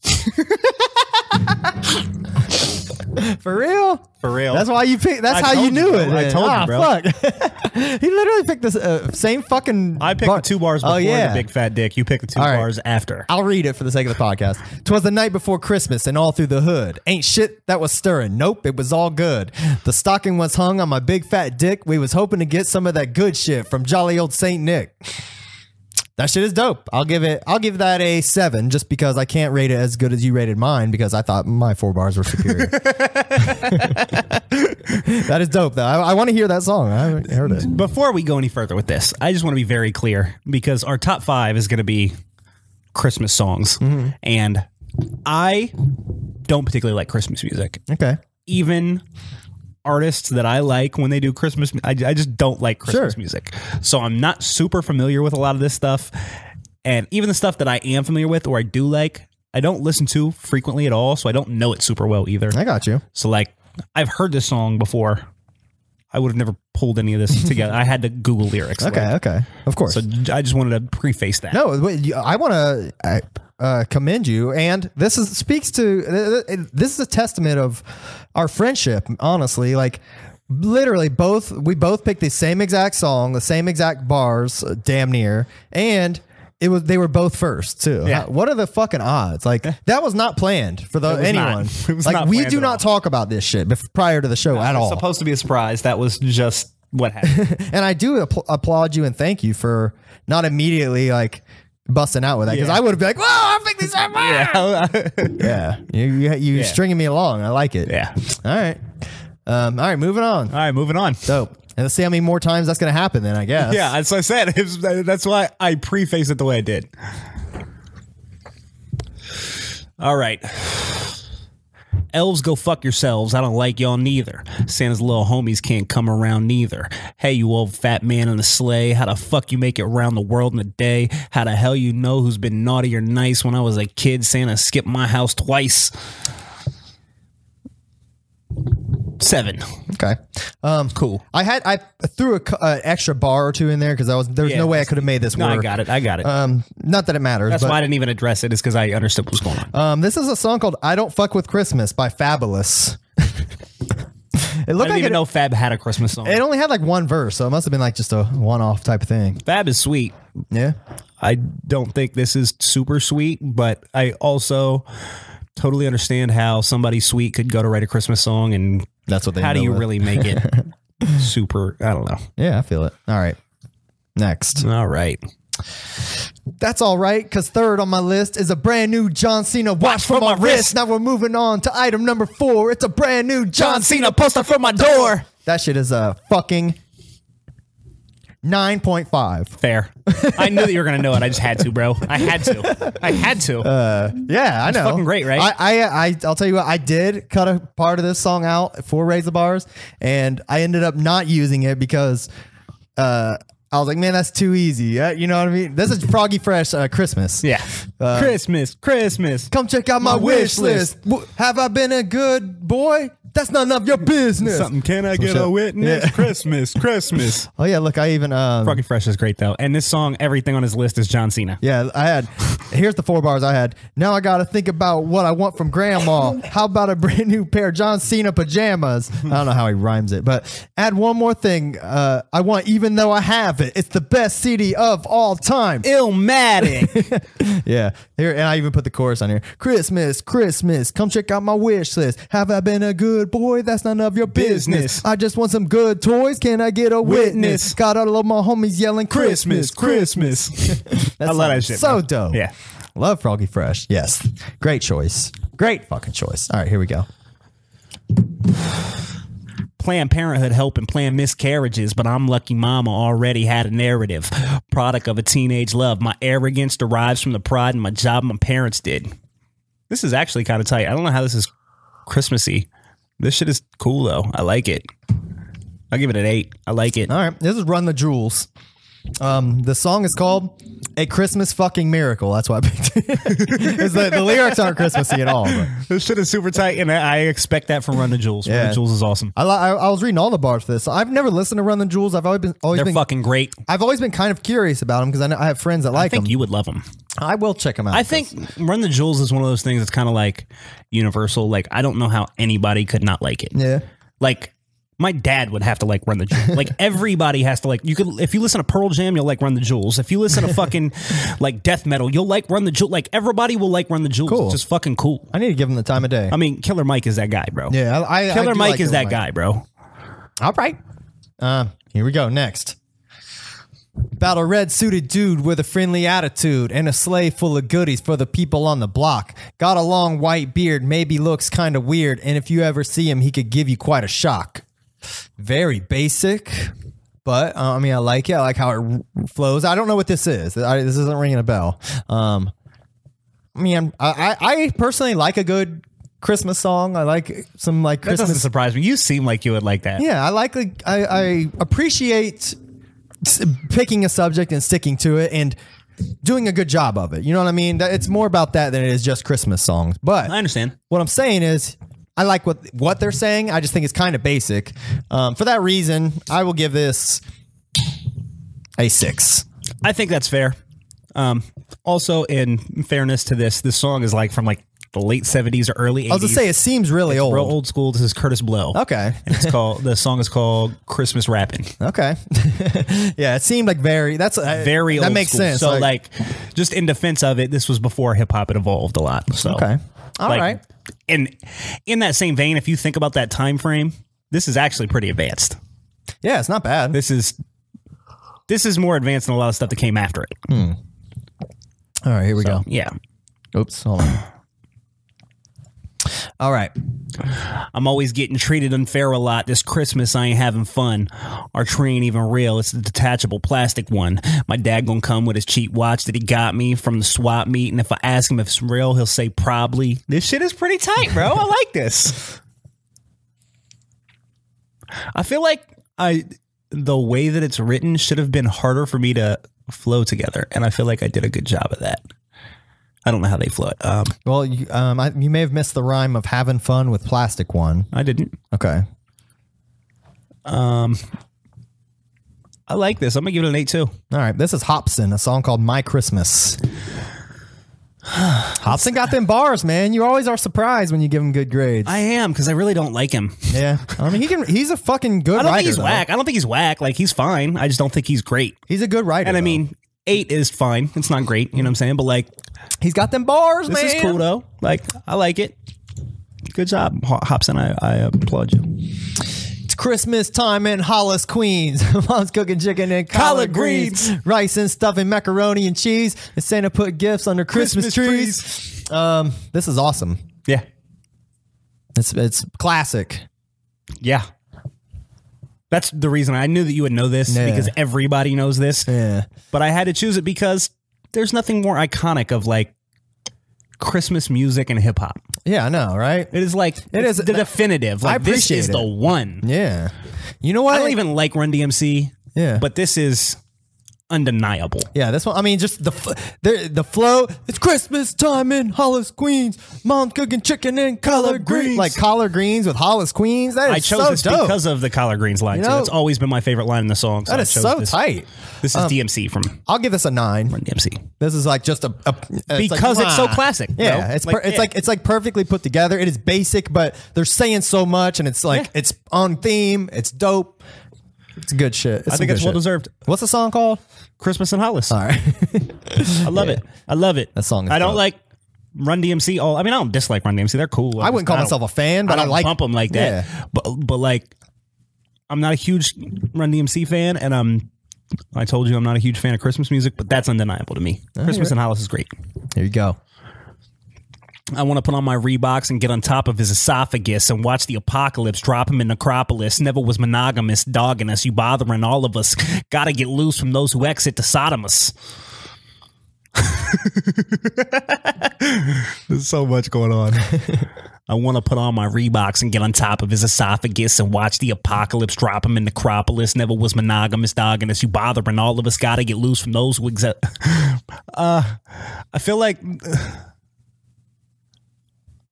S1: For real?
S2: For real.
S1: That's why you picked. That's
S2: I
S1: how you
S2: told
S1: knew
S2: you, bro.
S1: it.
S2: I
S1: then.
S2: told you,
S1: Ah,
S2: bro.
S1: Fuck. he literally picked this uh, same fucking.
S2: I picked
S1: bar-
S2: the two bars before
S1: oh, yeah.
S2: the big fat dick. You picked the two
S1: All right.
S2: bars after.
S1: I'll read it for the sake of the podcast. Twas the night before Christmas and all through the hood. Ain't shit that was stirring. Nope, it was all good. The stocking was hung on my big fat dick. We was hoping to get some of that good shit from jolly old Saint Nick. That shit is dope. I'll give it I'll give that a seven just because I can't rate it as good as you rated mine because I thought my four bars were superior. that is dope though. I, I want to hear that song. I haven't heard it.
S2: Before we go any further with this, I just want to be very clear because our top five is going to be Christmas songs.
S1: Mm-hmm.
S2: And I don't particularly like Christmas music.
S1: Okay.
S2: even artists that I like when they do Christmas. I, I just don't like Christmas
S1: Sure.
S2: music, so I'm not super familiar with a lot of this stuff. And even the stuff that I am familiar with or I do like, I don't listen to frequently at all, so I don't know it super well either.
S1: I got you.
S2: So like, I've heard this song before. I would have never pulled any of this together. I had to Google lyrics.
S1: Okay,
S2: like.
S1: okay. Of course.
S2: So I just wanted to preface that.
S1: No, wait, you- I want to uh, commend you, and this is speaks to uh, this is a testament of our friendship. Honestly, like literally, both we both picked the same exact song, the same exact bars, uh, damn near, and. It was they were both first too.
S2: Yeah.
S1: How- What are the fucking odds? Like that was not planned for the
S2: was not.
S1: anyone.
S2: It was
S1: like
S2: not
S1: we
S2: planned
S1: do
S2: at
S1: not talk about this shit bef- prior to the show at all.
S2: It's supposed to be a surprise. That was just what happened.
S1: And I do app- applaud you and thank you for not immediately like busting out with that because
S2: Yeah.
S1: I would have been like, "Whoa, I think these are mine." Yeah, you you, you stringing me along. I like it.
S2: yeah.
S1: All right. Um, all right. Moving on.
S2: All right, moving on.
S1: Dope. And let's see how many more times that's going to happen then, I guess.
S2: Yeah, that's what I said. It's- that's why I prefaced it the way I did. All right. Elves go fuck yourselves. I don't like y'all neither. Santa's little homies can't come around neither. Hey, you old fat man in a sleigh. How the fuck you make it around the world in a day? How the hell you know who's been naughty or nice? When I was a kid, Santa skipped my house twice. Seven.
S1: Okay. Um,
S2: Cool.
S1: I had I threw a cu- uh, extra bar or two in there because I was there was
S2: Yeah.
S1: no way I could have made this
S2: No,
S1: work.
S2: I got it. I got it.
S1: Um, not that it matters.
S2: That's
S1: but,
S2: why I didn't even address it. Is because I understood what was going on.
S1: Um, this is a song called "I Don't Fuck with Christmas" by Fabulous. it
S2: I
S1: looked
S2: didn't
S1: like
S2: even
S1: it,
S2: know Fab had a Christmas song.
S1: it only had like one verse, so it must have been like just a one-off type of thing.
S2: Fab is sweet.
S1: Yeah.
S2: I don't think this is super sweet, but I also totally understand how somebody sweet could go to write a Christmas song and
S1: That's what they
S2: how do
S1: ended
S2: you
S1: with.
S2: really make it super? I don't know.
S1: Yeah, I feel it. All right. Next.
S2: All right.
S1: That's all right, because third on my list is a brand new John Cena watch, from my, wrist. Now we're moving on to item number four. It's a brand new John Cena.
S2: poster for my door.
S1: That shit is a fucking 9.5.
S2: Fair. I knew that you were going to know it. I just had to, bro. I had to. I had to.
S1: Yeah, I know.
S2: fucking great, right?
S1: I, I, I, I'll tell you what. I did cut a part of this song out for Raise the Bars, and I ended up not using it because uh, I was like, man, that's too easy. Uh, you know what I mean? This is Froggy Fresh uh, Christmas.
S2: yeah. uh, Christmas. Christmas.
S1: Come check out my,
S2: My
S1: wish
S2: wish
S1: list. W- Have I been a good boy? That's none of your business.
S2: Can I
S1: Some shit. Yeah.
S2: Christmas. Christmas.
S1: Oh yeah, look, I even um,
S2: Rocky Fresh is great though, and this song, everything on his list is John Cena.
S1: Yeah, I had. Here's the four bars I had. Now I got to think about what I want from grandma. How about a brand new pair of John Cena pajamas? I don't know how he rhymes it, but add one more thing. Uh, I want, even though I have it, it's the best CD of all time.
S2: Illmatic.
S1: Yeah, here, and I even put the chorus on here. Christmas, Christmas, come check out my wish list. Have I been a good boy? That's none of your business.
S2: Business.
S1: I just want some good toys. Can I get a witness?
S2: Witness.
S1: Got all of my homies yelling Christmas,
S2: Christmas, Christmas. I love that shit.
S1: So
S2: man.
S1: dope.
S2: Yeah.
S1: Love Froggy Fresh. Yes. Great choice. Great fucking choice. All right, here we go.
S2: Planned Parenthood helping plan miscarriages, but I'm lucky mama already had a narrative. Product of a teenage love. My arrogance derives from the pride in my job my parents did. This is actually kind of tight. I don't know how this is Christmassy. This shit is cool though. I like it. I'll give it an eight. I like it.
S1: All right. This is Run the Jewels. Um, the song is called A Christmas Fucking Miracle. That's why I picked it. 'Cause the, the lyrics aren't Christmassy at all. but-
S2: This shit is super tight, and I I expect that from Run the Jewels. Run
S1: Yeah.
S2: the Jewels is awesome.
S1: I, li- I I was reading all the bars for this. I've never listened to Run the Jewels. I've always been always
S2: They're
S1: been
S2: fucking great.
S1: I've always been kind of curious about them because I know I have friends that
S2: I
S1: like them.
S2: think you would love them.
S1: I will check them out.
S2: I think Run the Jewels is one of those things that's kind of like universal. Like I don't know how anybody could not like it.
S1: Yeah.
S2: Like my dad would have to like Run the Jewels. like everybody has to like you could if you listen to Pearl Jam, you'll like Run the Jewels. If you listen to fucking like death metal, you'll like Run the Jewels. Like everybody will like Run the Jewels.
S1: Cool.
S2: It's just fucking cool.
S1: I need to give them the time of day.
S2: I mean, Killer Mike is that guy, bro.
S1: yeah. I, I, I
S2: Killer
S1: do
S2: Mike
S1: like
S2: is
S1: Killer
S2: that
S1: Mike.
S2: guy, bro.
S1: All right. Um, here we go. Next. About a red suited dude with a friendly attitude and a sleigh full of goodies for the people on the block. Got a long white beard, maybe looks kind of weird, and if you ever see him, he could give you quite a shock. Very basic, but uh, I mean, I like it. I like how it r- flows. I don't know what this is. I, this isn't ringing a bell. Um, I mean, I, I, I personally like a good Christmas song. I like some like
S2: That
S1: Christmas
S2: doesn't surprise me. You seem like you would like that.
S1: yeah, I like. like, I, I appreciate s- picking a subject and sticking to it and doing a good job of it. You know what I mean? That- It's more about that than it is just Christmas songs. But
S2: I understand.
S1: what I'm saying is, I like what what they're saying. I just think it's kind of basic. Um, for that reason, I will give this a six.
S2: I think that's fair. Um, also, in fairness to this, this song is like from like the late seventies or early eighties.
S1: I was gonna say it seems really old.
S2: real old school. This is Curtis Blow.
S1: Okay.
S2: And it's called the song is called Christmas Rapping.
S1: Okay. yeah, it seemed like very. That's uh,
S2: Very
S1: That
S2: old
S1: makes
S2: school.
S1: sense.
S2: So like, just in defense of it, this was before hip hop had evolved a lot. So
S1: okay, all right.
S2: like, And in that same vein, if you think about that time frame, this is actually pretty advanced.
S1: Yeah, it's not bad.
S2: This is this is more advanced than a lot of stuff that came after it.
S1: all right, here we go.
S2: Yeah.
S1: Oops, hold on. All right.
S2: I'm always getting treated unfair a lot. This Christmas, I ain't having fun. Our tree ain't even real. It's the detachable plastic one. My dad gonna come with his cheap watch that he got me from the swap meet, and if I ask him if it's real, he'll say probably. This shit is pretty tight, bro. I like this. I feel like I the way that it's written should have been harder for me to flow together, and I feel like I did a good job of that. I don't know how they flow it. Um,
S1: Well, you, um, I, you may have missed the rhyme of having fun with plastic one.
S2: I didn't.
S1: Okay.
S2: I like this. I'm gonna give it an eight too.
S1: All right. This is Hobson, a song called My Christmas. Hobson got them bars, man. You always are surprised when you give him good grades.
S2: I am because I really don't like him.
S1: yeah. I mean, he can, he's a fucking good
S2: I don't
S1: writer.
S2: think he's
S1: though.
S2: whack. I don't think he's whack. Like he's fine. I just don't think he's great.
S1: He's a good writer.
S2: And I
S1: though.
S2: mean, eight is fine. It's not great. You know what I'm saying? But like,
S1: he's got them bars,
S2: this
S1: man.
S2: is cool though. Like I like it. Good job, Ho- Hobson. I, I applaud you.
S1: It's Christmas time in Hollis, Queens. Mom's cooking chicken and collard,
S2: Collard
S1: greens. rice and stuffing, macaroni and cheese. And Santa put gifts under Christmas,
S2: Christmas
S1: trees. Um, this is awesome.
S2: Yeah.
S1: It's it's classic.
S2: Yeah. That's the reason I knew that you would know this
S1: Yeah.
S2: because everybody knows this.
S1: Yeah.
S2: But I had to choose it because there's nothing more iconic of like Christmas music and hip hop.
S1: Yeah, I know, right?
S2: It is like it
S1: is-
S2: is the definitive. Like this
S1: appreciate
S2: is
S1: it.
S2: the one.
S1: Yeah. You know what?
S2: I don't even like Run DMC.
S1: Yeah.
S2: But this is undeniable.
S1: Yeah, this one. I mean, just the f- the, the flow. It's Christmas time in Hollis, Queens. Mom's cooking chicken and collard greens,
S2: greens.
S1: like collard greens with Hollis, Queens. That is
S2: I chose
S1: so
S2: this
S1: dope.
S2: because of the collard greens line.
S1: You
S2: so
S1: know-
S2: it's always been my favorite line in the song.
S1: that
S2: I
S1: is
S2: chose
S1: so
S2: this.
S1: tight. Um,
S2: This is DMC from
S1: I'll give this a nine.
S2: Run DMC.
S1: This is like just a, a it's
S2: Because
S1: like,
S2: it's so
S1: "Mwah."
S2: classic,
S1: Yeah,
S2: bro.
S1: it's
S2: Like,
S1: per, it's
S2: yeah.
S1: like it's like perfectly put together. It is basic, but they're saying so much, and it's like
S2: Yeah.
S1: it's on theme. It's dope. It's good shit. It's
S2: I think
S1: some
S2: it's
S1: good
S2: well
S1: shit.
S2: deserved.
S1: What's the song called?
S2: Christmas in Hollis.
S1: All right,
S2: I love it. I love it. That
S1: song is
S2: I don't
S1: dope.
S2: like Run DMC. All I mean, I don't dislike Run DMC. They're cool.
S1: I wouldn't call myself a fan, but I
S2: don't
S1: like-
S2: bump them like that.
S1: Yeah.
S2: But but like, I'm not a huge Run DMC fan, and um, I told you I'm not a huge fan of Christmas music, but that's undeniable to me. Christmas in Hollis is great.
S1: here you go.
S2: I want to put on my Reeboks and get on top of his esophagus and watch the apocalypse drop him in Necropolis. Never was monogamous, dogging us, you bothering all of us. Gotta get loose from those who exit to Sodomus. There's so much going on. I want to put on my Reeboks and get on top of his esophagus and watch the apocalypse drop him in Necropolis. Never was monogamous, dogging us, you bothering all of us. Gotta get loose from those who exit. Uh, I feel like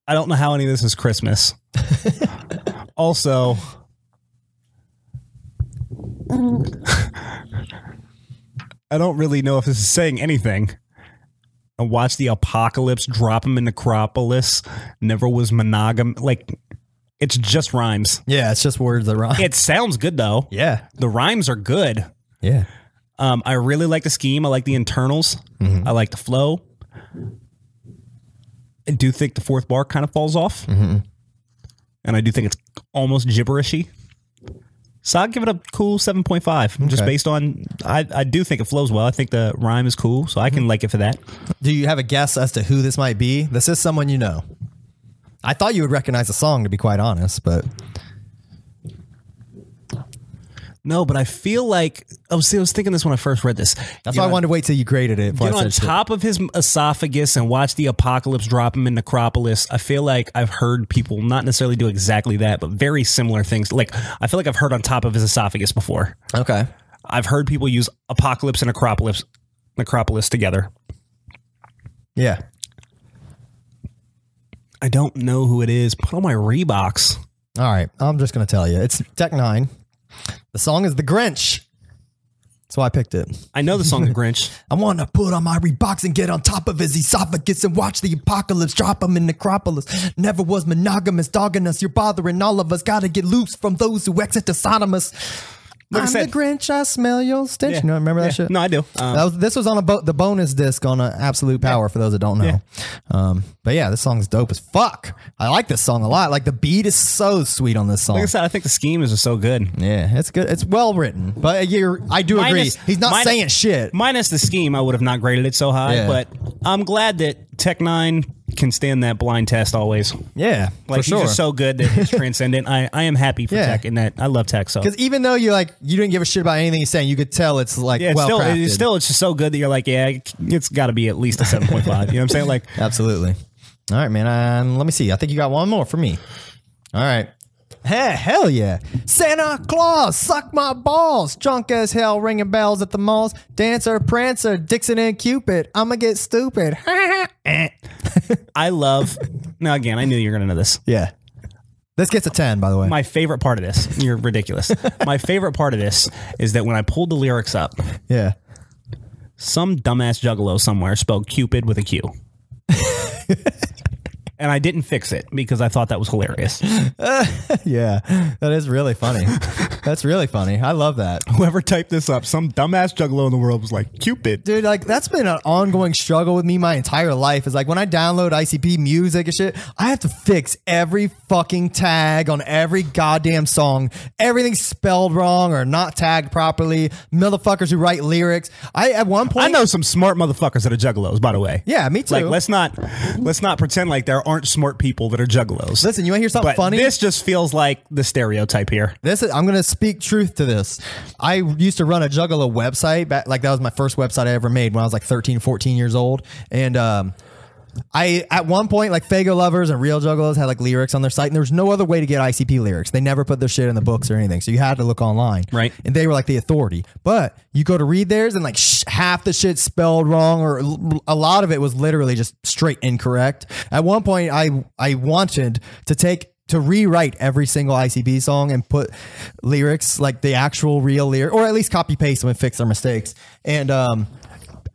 S2: I don't know how any of this is Christmas. also, I don't really know if this is saying anything. I watched the apocalypse drop him in Necropolis. Never was monogam. Like, it's just rhymes.
S1: Yeah, it's just words that rhyme.
S2: It sounds good though.
S1: yeah,
S2: The rhymes are good.
S1: yeah.
S2: Um, I really like the scheme. I like the internals.
S1: Mm-hmm.
S2: I like the flow. I do think the fourth bar kind of falls off,
S1: Mm-hmm.
S2: and I do think it's almost gibberishy. So I'll give it a cool seven point five, just
S1: Okay.
S2: based on I, I do think it flows well. I think the rhyme is cool, so I
S1: Mm-hmm.
S2: can like it for that.
S1: Do you have a guess as to who this might be? This is someone you know. I thought you would recognize the song, to be quite honest, but
S2: No, but I feel like I was, I was thinking this when I first read this.
S1: that's
S2: You
S1: why I
S2: know,
S1: wanted to wait till you graded it. before
S2: get
S1: I
S2: on
S1: said shit.
S2: top of his esophagus and watch the apocalypse drop him in necropolis i feel like i've heard people not necessarily do exactly that but very similar things like i feel like i've heard on top of his esophagus before
S1: Okay.
S2: i've heard people use apocalypse and necropolis necropolis together
S1: Yeah.
S2: i don't know who it is put on my reeboks
S1: All right. I'm just going to tell you. It's Tech Nine. The song is The Grinch. That's why I picked it.
S2: i know the song the grinch
S1: I want to put on my Reeboks and get on top of his esophagus and watch the apocalypse drop him in necropolis. Never was monogamous, dogging us. You're bothering all of us. Gotta get loose from those who exit to Sodomus.
S2: Like I
S1: I'm
S2: said-
S1: the Grinch. I smell your stench.
S2: Yeah.
S1: You know, remember
S2: Yeah.
S1: that shit?
S2: no i do um,
S1: That was, this was on a bo- the bonus disc on uh, Absolute Power for those that don't know. Um, but yeah, this song's dope as fuck. I like this song a lot. Like the beat is so sweet on this song.
S2: like i said i think the scheme is just so good
S1: yeah, it's good. It's well written. But you're, I do
S2: Minus-
S1: agree. He's not
S2: minus-
S1: saying shit.
S2: Minus the scheme, I would have not graded it so high,
S1: Yeah.
S2: but I'm glad that Tech Nine can stand that blind test always.
S1: Yeah,
S2: Like
S1: for
S2: he's
S1: sure.
S2: just so good that it's transcendent. I, I am happy for
S1: Yeah.
S2: Tech in that I love Tech so.
S1: because even though you like you didn't give a shit about anything he's saying, you could tell it's like
S2: Yeah, it's
S1: well
S2: still,
S1: crafted.
S2: it's still, it's just so good that you're like, yeah, it's got to be at least a seven point five. You know what I'm saying? Like,
S1: Absolutely. All right, man. Um, let me see. I think you got one more for me. All right. Hey, hell yeah. Santa Claus, suck my balls. Drunk as hell, ringing bells at the malls. Dancer, Prancer, Dixon and Cupid. I'ma get stupid.
S2: I love. now again, I knew you were gonna know this.
S1: yeah. This gets a 10, by the way.
S2: My favorite part of this, you're ridiculous. My favorite part of this is that when I pulled the lyrics up,
S1: yeah.
S2: some dumbass juggalo somewhere spelled Cupid with a Q. and I didn't fix it because I thought that was hilarious.
S1: Yeah. That is really funny. That's really funny. I love that.
S2: Whoever typed this up, some dumbass juggalo in the world was like, Cupid.
S1: Dude, like that's been an ongoing struggle with me my entire life. Is like when I download ICP music and shit, I have to fix every fucking tag on every goddamn song. Everything's spelled wrong or not tagged properly. Motherfuckers who write lyrics. I at one point
S2: I know some smart motherfuckers that are juggalos, by the way.
S1: Yeah, me too.
S2: Like let's not let's not pretend like there aren't smart people that are juggalos.
S1: Listen, you wanna hear something
S2: But
S1: funny?
S2: This just feels like the stereotype here.
S1: This is, I'm going to speak truth to this. I used to run a Juggalo website back, like that was my first website I ever made when I was like 13, 14 years old. And, um, I at one point like Fago lovers and real juggalos had like lyrics on their site and there was no other way to get ICP lyrics. They never put their shit in the books or anything, so you had to look online.
S2: Right.
S1: And they were like the authority. But you go to read theirs and like sh- half the shit spelled wrong or l- a lot of it was literally just straight incorrect. At one point, I I wanted to take to rewrite every single ICP song and put lyrics like the actual real lyric or at least copy paste them and fix their mistakes and um,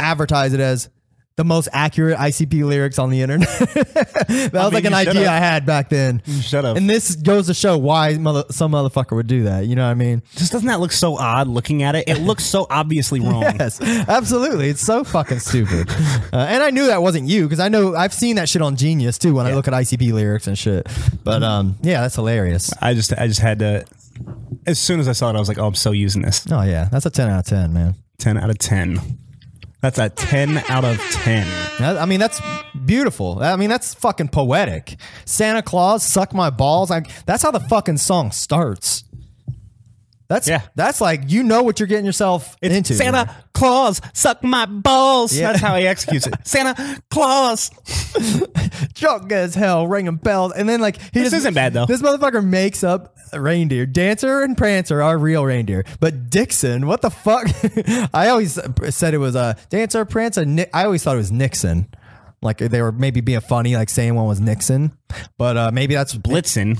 S1: advertise it as the most accurate ICP lyrics on the internet. that was like an
S2: you
S1: idea
S2: should've.
S1: I had back then.
S2: should've.
S1: And this goes to show why mother, some motherfucker would do that. You know what I mean?
S2: Just doesn't that look so odd looking at it? It looks so obviously wrong.
S1: Yes, absolutely. It's so fucking stupid. Uh, and I knew that wasn't you because I know I've seen that shit on Genius too when I look at ICP lyrics and shit. But um, yeah, that's hilarious.
S2: I just I just had to as soon as I saw it, I was like, oh, I'm so using this.
S1: Oh yeah, that's a ten out of ten, man.
S2: 10 out of 10. That's a 10 out of 10.
S1: That- I mean, that's beautiful. I mean, that's fucking poetic. Santa Claus, suck my balls. Like that's how the fucking song starts. That's
S2: Yeah.
S1: That's like you know what you're getting yourself into.
S2: Santa Claus, suck my balls.
S1: Yeah.
S2: That's how he executes it. Santa Claus.
S1: drunk as hell, ringing bells, and then like he
S2: This
S1: just-
S2: isn't bad, though.
S1: This motherfucker makes up reindeer. Dancer and Prancer are real reindeer, but Dixon, what the fuck? I always said it was a uh, Dancer, Prancer. Ni- I always thought it was Nixon. Like they were maybe being funny, like saying one was Nixon, but uh, maybe that's
S2: Blitzen.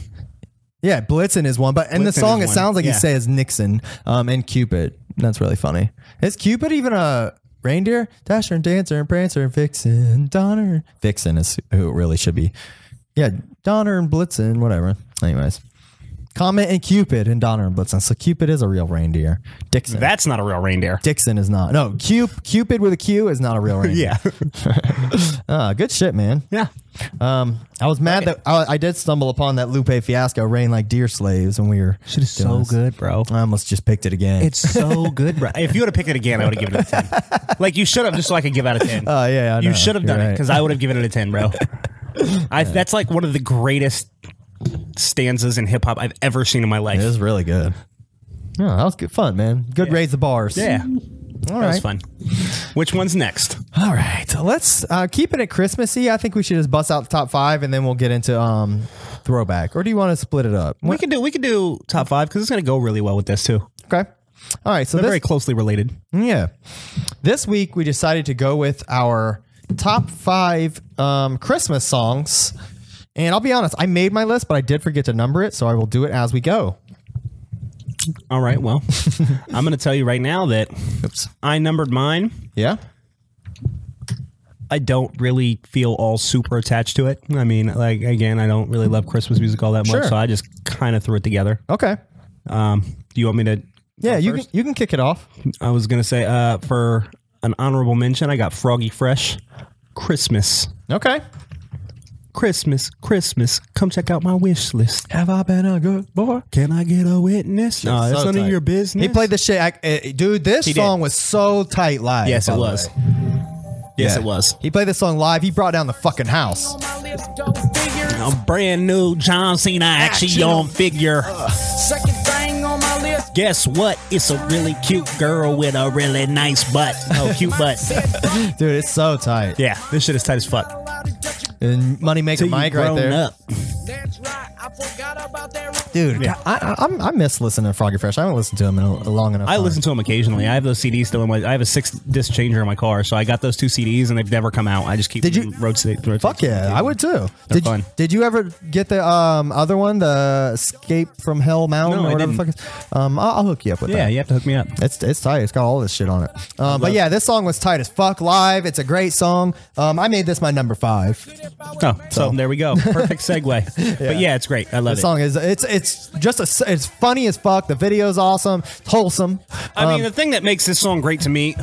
S1: Yeah, Blitzen is one, but in the
S2: Blitzen
S1: song
S2: is
S1: it
S2: one,
S1: sounds like
S2: yeah.
S1: he says Nixon um, and Cupid. That's really funny. Is Cupid even a reindeer? Dasher and Dancer and Prancer and Vixen, Donner. Vixen is who it really should be. Yeah, Donner and Blitzen, whatever. Anyways, Comet and Cupid and Donner and Blitzen. So Cupid is a real reindeer. Dixon.
S2: That's not a real reindeer.
S1: Dixon is not. No, Cup- Cupid with a Q is not a real reindeer.
S2: Yeah.
S1: Ah, good shit, man.
S2: yeah.
S1: Um, I was mad that I, I did stumble upon that Lupe Fiasco "Rain Like Deer Slaves" when we were.
S2: Shit is
S1: doing
S2: so
S1: this.
S2: good, bro.
S1: I almost just picked it again.
S2: It's so good, bro. If you would have picked it again, I would have given it a 10. Like, you should have, just so I could give out a 10.
S1: Oh, yeah, I
S2: You
S1: know.
S2: should have
S1: You're
S2: done it
S1: right.
S2: because I would have given it a 10, bro. I, that's like one of the greatest stanzas in hip hop I've ever seen in my life.
S1: It was really good. No, that was good fun, man. Good raise the bars.
S2: Yeah.
S1: all
S2: That was
S1: right,
S2: fun. Which one's next?
S1: all right. So let's uh, keeping it Christmassy. I think we should just bust out the top five, and then we'll get into um throwback. Or do you want to split it up?
S2: We could do we could do top five because it's going to go really well with this too.
S1: Okay. All right. So
S2: They're
S1: this,
S2: very closely related.
S1: Yeah. This week we decided to go with our top five um, Christmas songs. And I'll be honest, I made my list, but I did forget to number it, so I will do it as we go.
S2: All right. Well, I'm going to tell you right now that
S1: Oops.
S2: I numbered mine.
S1: Yeah.
S2: I don't really feel all super attached to it. I mean, like again, I don't really love Christmas music all that much,
S1: Sure.
S2: so I just kind of threw it together.
S1: Okay.
S2: Um, do you want me to?
S1: Yeah, you can you can kick it off.
S2: I was going to say uh, for an honorable mention, I got Froggy Fresh, Christmas.
S1: Okay.
S2: Christmas, Christmas, come check out my wish list.
S1: Have I been a good boy?
S2: Can I get a witness? No, that's none of your business.
S1: He played the shit, I, eh, dude. This
S2: did.
S1: song was so tight live.
S2: Yes,
S1: by
S2: it
S1: the
S2: was.
S1: way.
S2: Yes,
S1: Yeah.
S2: it was.
S1: He played this song live. He brought down the fucking house.
S2: A brand new John Cena action figure.
S5: Uh, Second thing on my list.
S2: Guess what? It's a really cute girl with a really nice butt. Oh, cute butt.
S1: Dude, it's so tight.
S2: yeah, this shit is tight as fuck.
S1: And Moneymaker
S2: Till you
S1: Mike right
S2: grown
S1: there.
S2: up.
S5: That's right. I forgot about that.
S1: Dude,
S2: Yeah.
S1: I, I, I'm- I miss listening to Froggy Fresh. I haven't listened to him in a, a long enough
S2: I
S1: time.
S2: listen to them occasionally. I have those CDs still in my. I have a six disc changer in my car, so I got those two CDs, and they've never come out. I just keep.
S1: Did you-
S2: road sta- road
S1: Fuck
S2: station.
S1: yeah, I would too. did
S2: fun.
S1: You, did you ever get the um, other one, the Escape from Hell Mountain
S2: No,
S1: or
S2: I
S1: whatever the fuck it's? Um, I'll, I'll hook you up with that.
S2: Yeah, you have to hook me up.
S1: It's, it's tight. It's got all this shit on it. Um, but yeah, this song was tight as fuck live. It's a great song. Um, I made this my number five.
S2: Oh, so, there we go. Perfect segue. But yeah, it's great. I love
S1: The
S2: it.
S1: song is it's it's just a s- it's funny as fuck. The video's awesome. It's wholesome.
S2: I mean, the thing that makes this song great to me,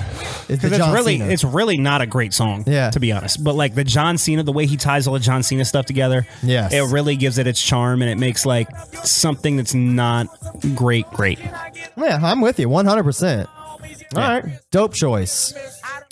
S1: It's the
S2: because Uh, it's
S1: John
S2: really,
S1: Cena.
S2: it's really not a great song,
S1: Yeah.
S2: to be honest. But like the John Cena, the way he ties all the John Cena stuff together,
S1: Yes.
S2: it really gives it its charm, and it makes like something that's not great, great.
S1: Yeah, I'm with you 100%. All
S2: Yeah.
S1: right. Dope choice.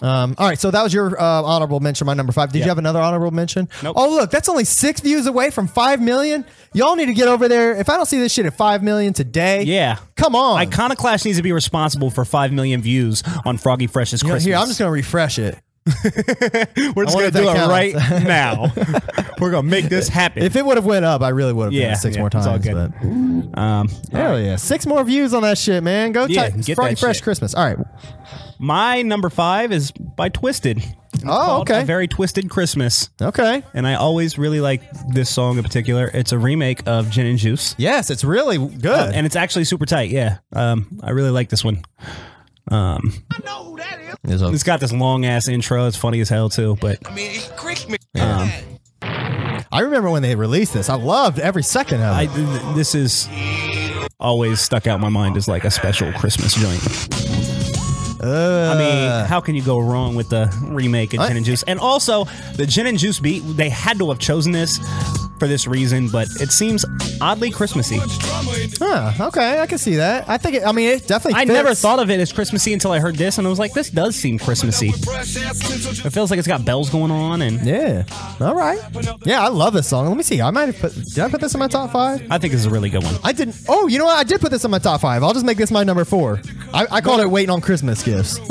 S1: Um, all right, so that was your uh, honorable mention, my number five. Did
S2: Yeah.
S1: you have another honorable mention?
S2: Nope.
S1: Oh, look, that's only six views away from five million. Y'all need to get over there. If I don't see this shit at five million today,
S2: Yeah.
S1: come on.
S2: Iconoclash needs to be responsible for five million views on Froggy Fresh's
S1: You know,
S2: Christmas.
S1: Here, I'm just gonna refresh it.
S2: We're just
S1: I
S2: gonna
S1: wonder
S2: do it
S1: if that
S2: right now. We're gonna make this happen.
S1: If it would have went up, I really would have
S2: Yeah,
S1: done it six
S2: yeah,
S1: more
S2: it's
S1: times.
S2: all good. Um,
S1: But hell yeah, six more views on that shit, man. Go
S2: Yeah,
S1: type
S2: get
S1: Froggy
S2: that
S1: Fresh
S2: shit.
S1: Christmas. All right.
S2: My number five is by Twisted. It's
S1: Oh,
S2: called
S1: okay.
S2: A very Twisted Christmas.
S1: Okay.
S2: And I always really like this song in particular. It's a remake of Gin and Juice.
S1: Yes, it's really good.
S2: Uh, and it's actually super tight. Yeah. Um, I really like this one. Um,
S1: There's a-
S2: it's got this long ass intro. It's funny as hell, too. But
S3: I mean, it's Christmas.
S1: I remember when they released this. I loved every second of it.
S2: I, th- th- this is always stuck out in my mind as like a special Christmas joint. I mean, how can you go wrong with the remake of
S1: I-
S2: Gin and Juice? And also, the Gin and Juice beat, they had to have chosen this for this reason, but it seems oddly Christmassy.
S1: Huh, okay, I can see that. I think, it, I mean, it definitely.
S2: I
S1: fits.
S2: never thought of it as Christmassy until I heard this, and I was like, this does seem Christmassy. It feels like it's got bells going on, and
S1: Yeah. All right. Yeah, I love this song. Let me see. I might have put. Did I put this in my top five?
S2: I think this is a really good one.
S1: I didn't. Oh, you know what? I did put this in my top five. I'll just make this my number four. I, I called it "Waiting on Christmas Gifts."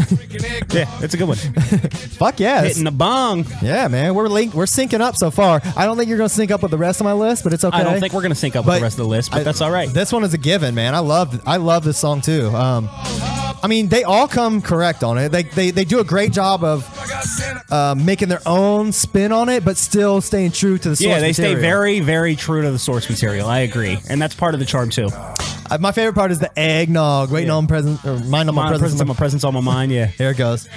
S2: Yeah, it's a good one.
S1: Fuck yes.
S2: Hitting the bong.
S1: Yeah, man. We're linked. We're syncing up so far. I don't think you're gonna sync up with the rest of my list, but it's okay.
S2: I don't think we're gonna sync up with the rest of the list, but
S1: I-
S2: that's all right.
S1: This one is a given, man. I love I love this song too. Um, I mean, they all come correct on it. They they, they do a great job of uh, making their own spin on it, but still staying true to the source.
S2: Yeah, they stay
S1: material.
S2: very, very true to the source material. I agree, and that's part of the charm too.
S1: Uh, my favorite part is the eggnog. Waiting
S2: Yeah.
S1: on present, or mind on my,
S2: My
S1: presents.
S2: presence, on my presence on my mind. Yeah,
S1: Here it goes.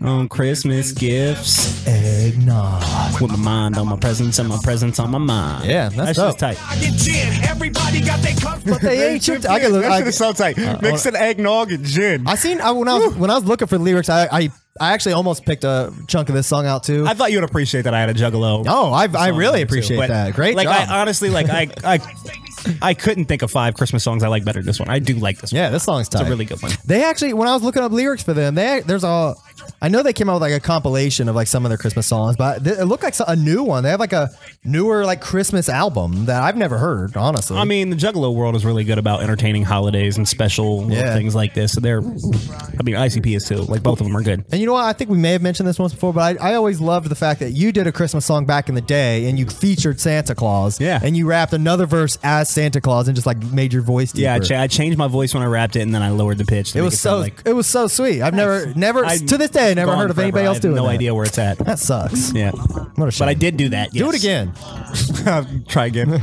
S2: on Christmas gifts
S1: Eggnog.
S2: with my mind on my presence and my presence on my mind.
S1: Yeah, that's dope.
S2: just tight.
S3: I get gin. Everybody got their cup, but
S1: They ain't your- I, get, I,
S2: so tight. Mixing eggnog and gin.
S1: I seen I, when I was when I was looking for lyrics, I, I I actually almost picked a chunk of this song out too.
S2: I thought you would appreciate that I had a juggalo.
S1: oh, I I
S2: song
S1: really
S2: too,
S1: appreciate
S2: but,
S1: that. Great
S2: like,
S1: job.
S2: I honestly like I I I couldn't think of five Christmas songs I like better than this one. I do like this one.
S1: yeah, this song's
S2: It's
S1: tight.
S2: a really good one.
S1: They actually, when I was looking up lyrics for them, they there's a, I know they came out with like a compilation of like some of their Christmas songs, but th- it looked like so- a new one. They have like a newer like Christmas album that I've never heard, honestly.
S2: I mean, the Juggalo world is really good about entertaining holidays and special little
S1: Yeah.
S2: things like this. So they're, I mean, ICP is too. Like both of them are good.
S1: and you know what? I think we may have mentioned this once before, but I, I always loved the fact that you did a Christmas song back in the day and you featured Santa Claus.
S2: Yeah.
S1: And you rapped another verse as Santa Claus and just like made your voice deeper.
S2: Yeah, I, cha- I changed my voice when I rapped it, and then I lowered the pitch. to
S1: It
S2: make
S1: was so
S2: sound
S1: it was so sweet. I've never never
S2: I-
S1: to this day never
S2: gone
S1: heard of
S2: forever.
S1: anybody
S2: I
S1: else
S2: have
S1: doing
S2: No
S1: that.
S2: idea where it's at.
S1: That sucks.
S2: Yeah,
S1: What a shame.
S2: but I did do that.
S1: Do it
S2: yes.
S1: again.
S2: Try again.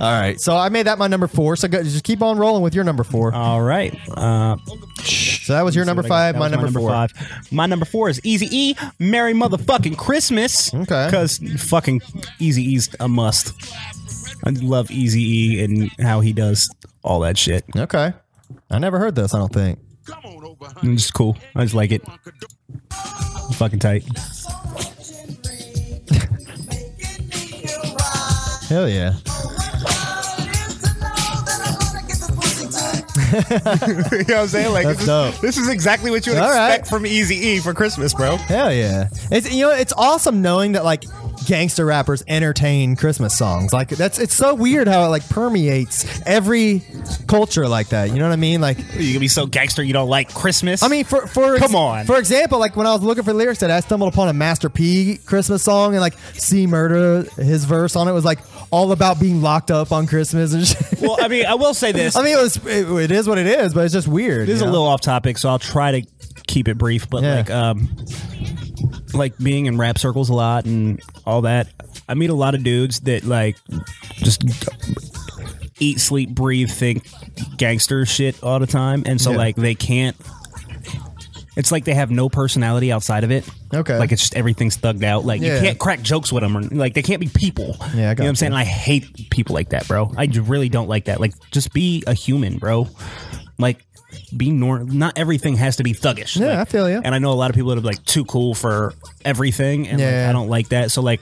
S1: All right. So I made that my number four. So go, just keep on rolling with your number four.
S2: All right. Uh,
S1: so that was your number five,
S2: That
S1: my
S2: was
S1: number, four.
S2: five. My number four is Easy E. Merry motherfucking Christmas.
S1: Okay.
S2: Because fucking Easy E's a must. I love Easy E and how he does all that shit.
S1: Okay. I never heard this, I don't think.
S2: And It's cool. I just like it. Fucking tight.
S1: Hell yeah.
S6: you know what I'm saying? Like
S1: That's
S6: this,
S1: dope.
S6: is, this is exactly what you would
S1: All right.
S6: expect from Easy E for Christmas, bro.
S1: Hell yeah! It's you know it's awesome knowing that like gangster rappers entertain Christmas songs. Like that's it's so weird how it like permeates every culture like that. You know what I mean? Like
S6: You can be so gangster you don't like Christmas.
S1: I mean for for
S6: Come on.
S1: for example, like when I was looking for lyrics that I stumbled upon a Master P Christmas song and like C Murder his verse on it was like all about being locked up on Christmas and shit.
S2: well, I mean, I will say this.
S1: I mean it was it, it is what it is, but it's just weird.
S2: This is
S1: you
S2: a
S1: know?
S2: little off topic, so I'll try to keep it brief. But
S1: Yeah.
S2: like, um, like being in rap circles a lot and all that, I meet a lot of dudes that like just eat, sleep, breathe, think gangster shit all the time, and so
S1: Yeah.
S2: like they can't. It's like they have no personality outside of it.
S1: Okay.
S2: Like it's just everything's thugged out. Like
S1: Yeah.
S2: you can't crack jokes with them, or like they can't be people.
S1: Yeah, I got
S2: you know what I'm saying.
S1: you.
S2: I hate people like that, bro. I j- really don't like that. Like, just be a human, bro. Like, be normal. Not everything has to be thuggish.
S1: Yeah,
S2: Like,
S1: I feel you.
S2: And I know a lot of people that are like too cool for everything, and like,
S1: Yeah.
S2: I don't like that. So like.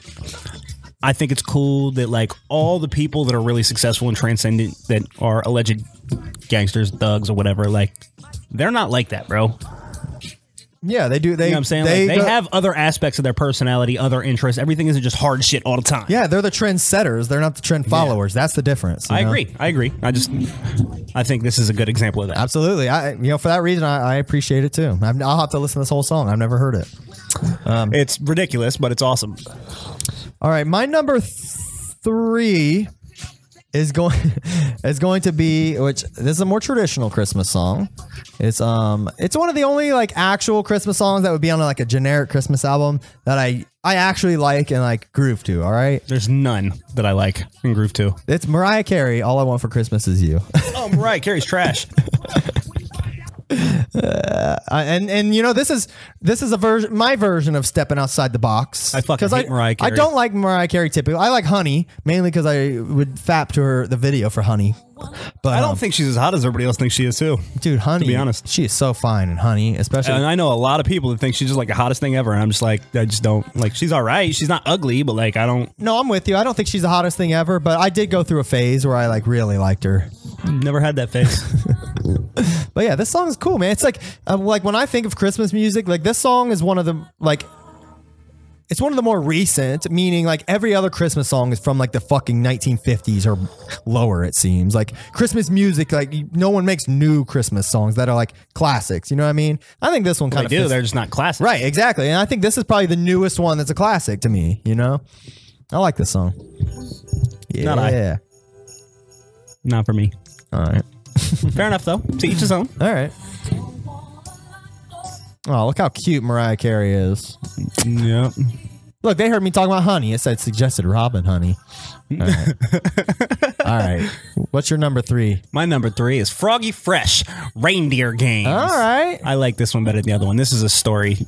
S2: I think it's cool that like all the people that are really successful and transcendent that are alleged gangsters, thugs, or whatever, like they're not like that, bro.
S1: Yeah, they do they
S2: You know what I'm saying?
S1: they,
S2: Like, They,
S1: go-
S2: have other aspects of their personality, other interests. Everything isn't just hard shit all the time.
S1: Yeah, they're the trend setters. They're not the trend followers. That's the difference. you
S2: I
S1: know?
S2: agree. I agree. I just, I think this is a good example of that.
S1: Absolutely. I you know for that reason I, I appreciate it too. I've, I'll have to listen to this whole song. I've never heard it.
S2: It's ridiculous, but it's awesome.
S1: All right, my number th- three is going is going to be which this is a more traditional Christmas song. It's um it's one of the only like actual Christmas songs that would be on like a generic Christmas album that I I actually like and like groove to. All right,
S2: There's none that I like in Groove 2.
S1: it's Mariah Carey. All I want for Christmas is you.
S2: Oh, Mariah Carey's trash.
S1: Uh, and and you know this is this is a version my version of stepping outside the box.
S2: I fucking
S1: 'Cause
S2: hate Mariah Carey.
S1: I don't like Mariah Carey typically. I like Honey mainly because I would fap to her the video for Honey. But
S2: I don't
S1: um,
S2: think she's as hot as everybody else thinks she is, too.
S1: dude, Honey,
S2: be honest.
S1: she is so fine in Honey, especially.
S2: And I know a lot of people that think she's just like the hottest thing ever. And I'm just like, I just don't, like, she's all right. She's not ugly, but like, I don't,
S1: no, I'm with you. I don't think she's the hottest thing ever, but I did go through a phase where I like really liked her.
S2: never had that face.
S1: But yeah, this song is cool, man. It's like um, like when I think of Christmas music, like this song is one of the like it's one of the more recent, meaning like every other Christmas song is from like the fucking 1950s or lower it seems. Like Christmas music like you- no one makes new Christmas songs that are like classics, you know what I mean? I think this one kind
S2: they
S1: of
S2: do. They're just not classic.
S1: Right, exactly. And I think this is probably the newest one that's a classic to me, you know? I like this song. Yeah.
S2: Not I. Not for me.
S1: All right.
S2: Fair enough, though. To each his own.
S1: All right. Oh, look how cute Mariah Carey is.
S2: Yep.
S1: Look, they heard me talking about honey. It said suggested Robin honey. All right. All right. What's your number three?
S2: My number three is Froggy Fresh Reindeer Games.
S1: All right.
S2: I like this one better than the other one. This is a story.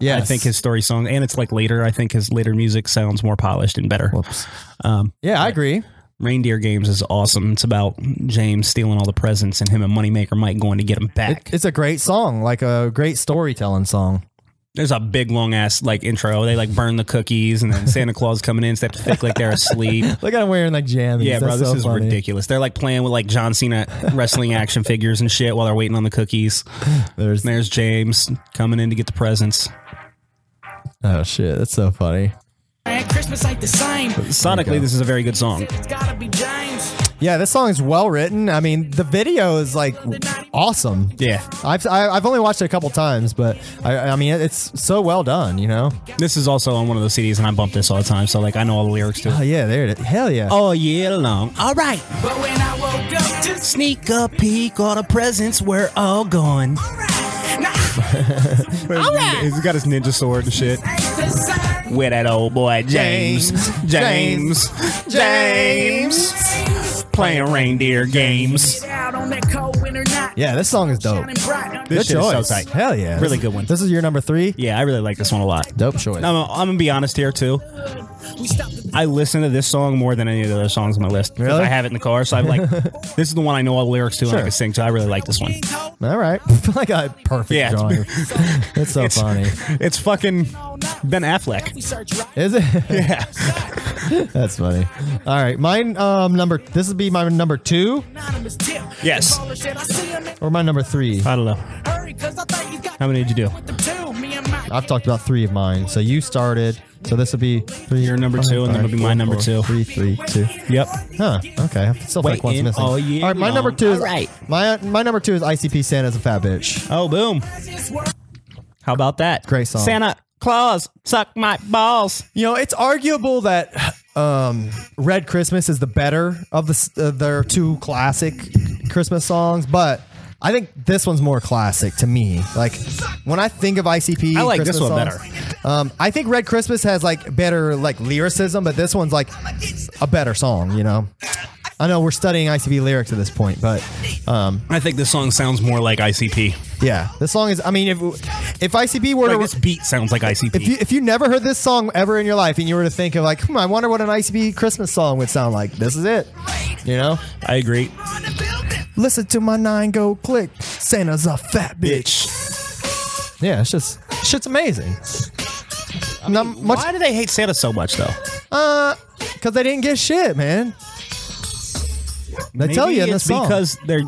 S1: Yes.
S2: I think his story song, and it's like later. I think his later music sounds more polished and better.
S1: Whoops.
S2: Um,
S1: yeah, I agree.
S2: Reindeer Games is awesome. It's about James stealing all the presents and him and Moneymaker Mike going to get him back.
S1: It's a great song, like a great storytelling song.
S2: There's a big long ass like intro. They like burn the cookies, and then Santa Claus coming in, so they have to fake like they're asleep.
S1: Look at him wearing like jammies.
S2: Yeah, bro,
S1: That's
S2: this
S1: so
S2: is
S1: funny.
S2: ridiculous. They're like playing with like John Cena wrestling action figures and shit while they're waiting on the cookies.
S1: There's
S2: And there's James coming in to get the presents.
S1: oh shit, that's so funny.
S5: Man, Christmas ain't the same.
S2: Sonically, this is a very good song.
S5: It's gotta be James.
S1: Yeah, this song is well written. I mean, the video is like awesome.
S2: Yeah.
S1: I've I, I've only watched it a couple times, but I I mean it's so well done. You know.
S2: This is also on one of those CDs, and I bump this all the time, so like I know all the lyrics to
S1: Oh
S2: it.
S1: yeah, there it is. Hell Oh, yeah.
S2: All year long. All right.
S5: But when I woke up, just
S2: Sneak a peek, all the presents were all gone. All right. He's got his ninja sword and shit.
S5: ain't the same.
S2: With that old boy James.
S1: James.
S2: James. James. Playing reindeer games.
S5: Get out on that cold winter night.
S1: Yeah, this song is dope.
S5: Shining bright.
S1: Good
S2: This shit is so
S1: choice.
S2: tight.
S1: Hell yeah.
S2: Really
S1: This-
S2: good one.
S1: This is your number three.
S2: Yeah, I really like this one a lot.
S1: Dope choice.
S2: I'm, I'm gonna be honest here too.
S5: We stopped the
S2: I listen to this song more than any of the other songs on my list. 'Cause
S1: Really?
S2: I have it in the car, so I'm like, this is the one I know all the lyrics to and I can sing to. I really like this one.
S1: All right. like a perfect
S2: Yeah, it's-
S1: drawing. That's so funny.
S2: It's fucking Ben Affleck.
S5: Research right
S1: Is it? Yeah. That's funny. All right. Mine um number this would be my number two
S5: anonymous tip.
S6: Yes.
S5: The caller said, I see him in
S1: or my number three.
S2: I don't know.
S5: a hurry 'cause I thought you got
S2: How many did you do?
S5: with the two. Me and my
S1: I've talked about three of mine. So you started. So this would be three.
S2: Your number two, and then it'll be my number two.
S1: Three, three, two.
S2: Yep.
S1: Huh. Okay. I still think one's
S2: Waiting
S1: missing.
S2: all year
S1: all right. My
S2: long.
S1: number two is
S2: All right.
S1: my my number two is ICP Santa's a fat bitch.
S2: Oh, boom. How about that?
S1: Great song.
S2: Santa Claus, suck my balls.
S1: You know, it's arguable that um, Red Christmas is the better of the s- uh, their two classic Christmas songs, but I think this one's more classic to me. Like when I think of ICP,
S2: I like this
S1: Christmas
S2: one
S1: songs, Um, I think Red Christmas has like better like lyricism, but this one's like a better song. You know, I know we're studying ICP lyrics at this point, but um,
S2: I think this song sounds more like ICP.
S1: yeah, this song is. I mean, if if ICP were
S2: Like
S1: to
S2: this beat sounds like ICP.
S1: if you if you never heard this song ever in your life and you were to think of like, hmm, I wonder what an ICB Christmas song would sound like, this is it. You know?
S2: I agree.
S1: Listen to my nine go click. Santa's a fat bitch.
S2: Bitch.
S1: Yeah, it's just shit's amazing. Not
S2: Why
S1: much
S2: do they hate Santa so much though?
S1: because they didn't get shit, man. They
S2: Maybe
S1: tell you in the
S2: it's
S1: song.
S2: because they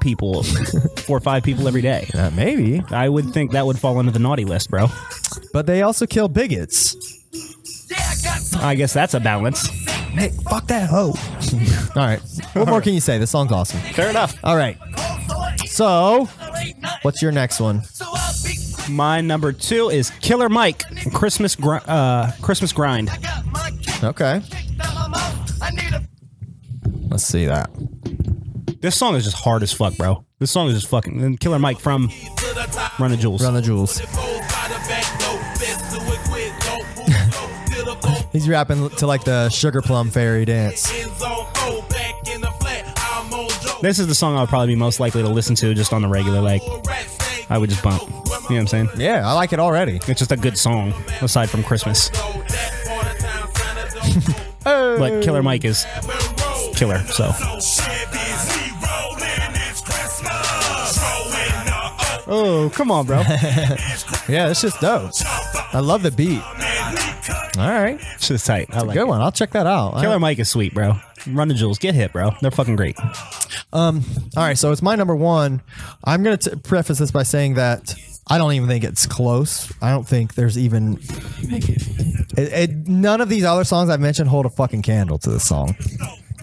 S2: people, four or five people every day.
S1: Uh, maybe,
S2: I would think that would fall into the naughty list, bro.
S1: but they also kill bigots.
S2: I guess that's a balance.
S1: Hey, fuck that hoe. All right, what more can you say? This song's awesome.
S2: Fair enough.
S1: All right, so what's your next one?
S2: My number two is Killer Mike, Christmas gr- uh, Christmas grind.
S1: Okay, let's see that.
S2: This song is just hard as fuck, bro. This song is just fucking and Killer Mike from Run the Jewels.
S1: Run the jewels. He's rapping to like the Sugar Plum Fairy dance.
S2: This is the song I would probably be most likely to listen to just on the regular. Like I would just bump. You know what I'm saying?
S1: Yeah, I like it already.
S2: It's just a good song aside from Christmas. But Killer Mike is killer. So oh come on, bro.
S1: Yeah, it's just dope. I love the beat. All right,
S2: It's just tight. I like
S1: good
S2: it.
S1: one. I'll check that out. All
S2: Killer
S1: right.
S2: Mike is sweet, bro. Run the jewels, get hit, bro. They're fucking great.
S1: All right, so it's my number one. I'm gonna t- preface this by saying that I don't even think it's close. I don't think there's even. It, it, none of these other songs I've mentioned hold a fucking candle to this song.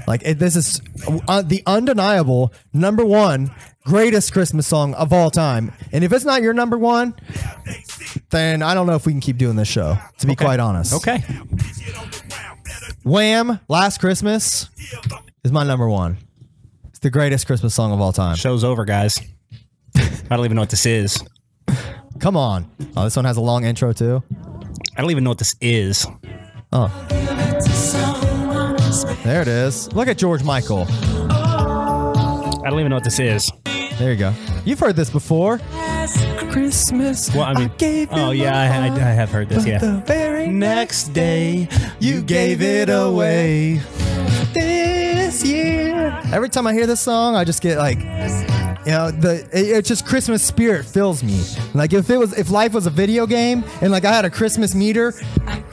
S1: Like it, this is uh, the undeniable number one greatest Christmas song of all time. And if it's not your number one, then I don't know if we can keep doing this show. To be quite honest,
S2: Okay,
S1: Wham! Last Christmas is my number one. It's the greatest Christmas song of all time.
S2: show's over, guys. I don't even know what this is.
S1: Come on. Oh, this one has a long intro too.
S2: I don't even know what this is.
S1: There it is. Look at George Michael.
S2: I don't even know what this is.
S1: There you go. You've heard this before.
S2: Well, I mean, oh yeah, I, I, I have heard this. Yeah.
S1: very
S2: Next day,
S1: you gave it away this year. Every time I hear this song, I just get like, you know, the it, it's just Christmas spirit fills me. Like if it was if life was a video game and like I had a Christmas meter,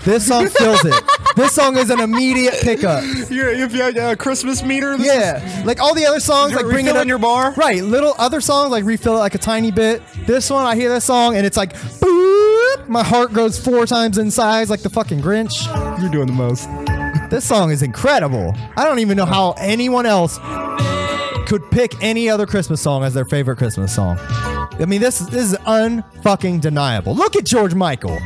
S1: this song fills it. This song is an immediate pickup.
S6: You're, if you had a Christmas meter, this
S1: Yeah, like all the other songs,
S6: You're
S1: like bring it
S6: refilling
S1: up
S6: your bar?
S1: Right, little other songs like refill it like a tiny bit. This one, I hear this song and it's like, boop, my heart goes four times in size, like the fucking Grinch.
S6: you're doing the most.
S1: This song is incredible. I don't even know how anyone else could pick any other Christmas song as their favorite Christmas song. I mean, this this is unfucking deniable. Look at George Michael.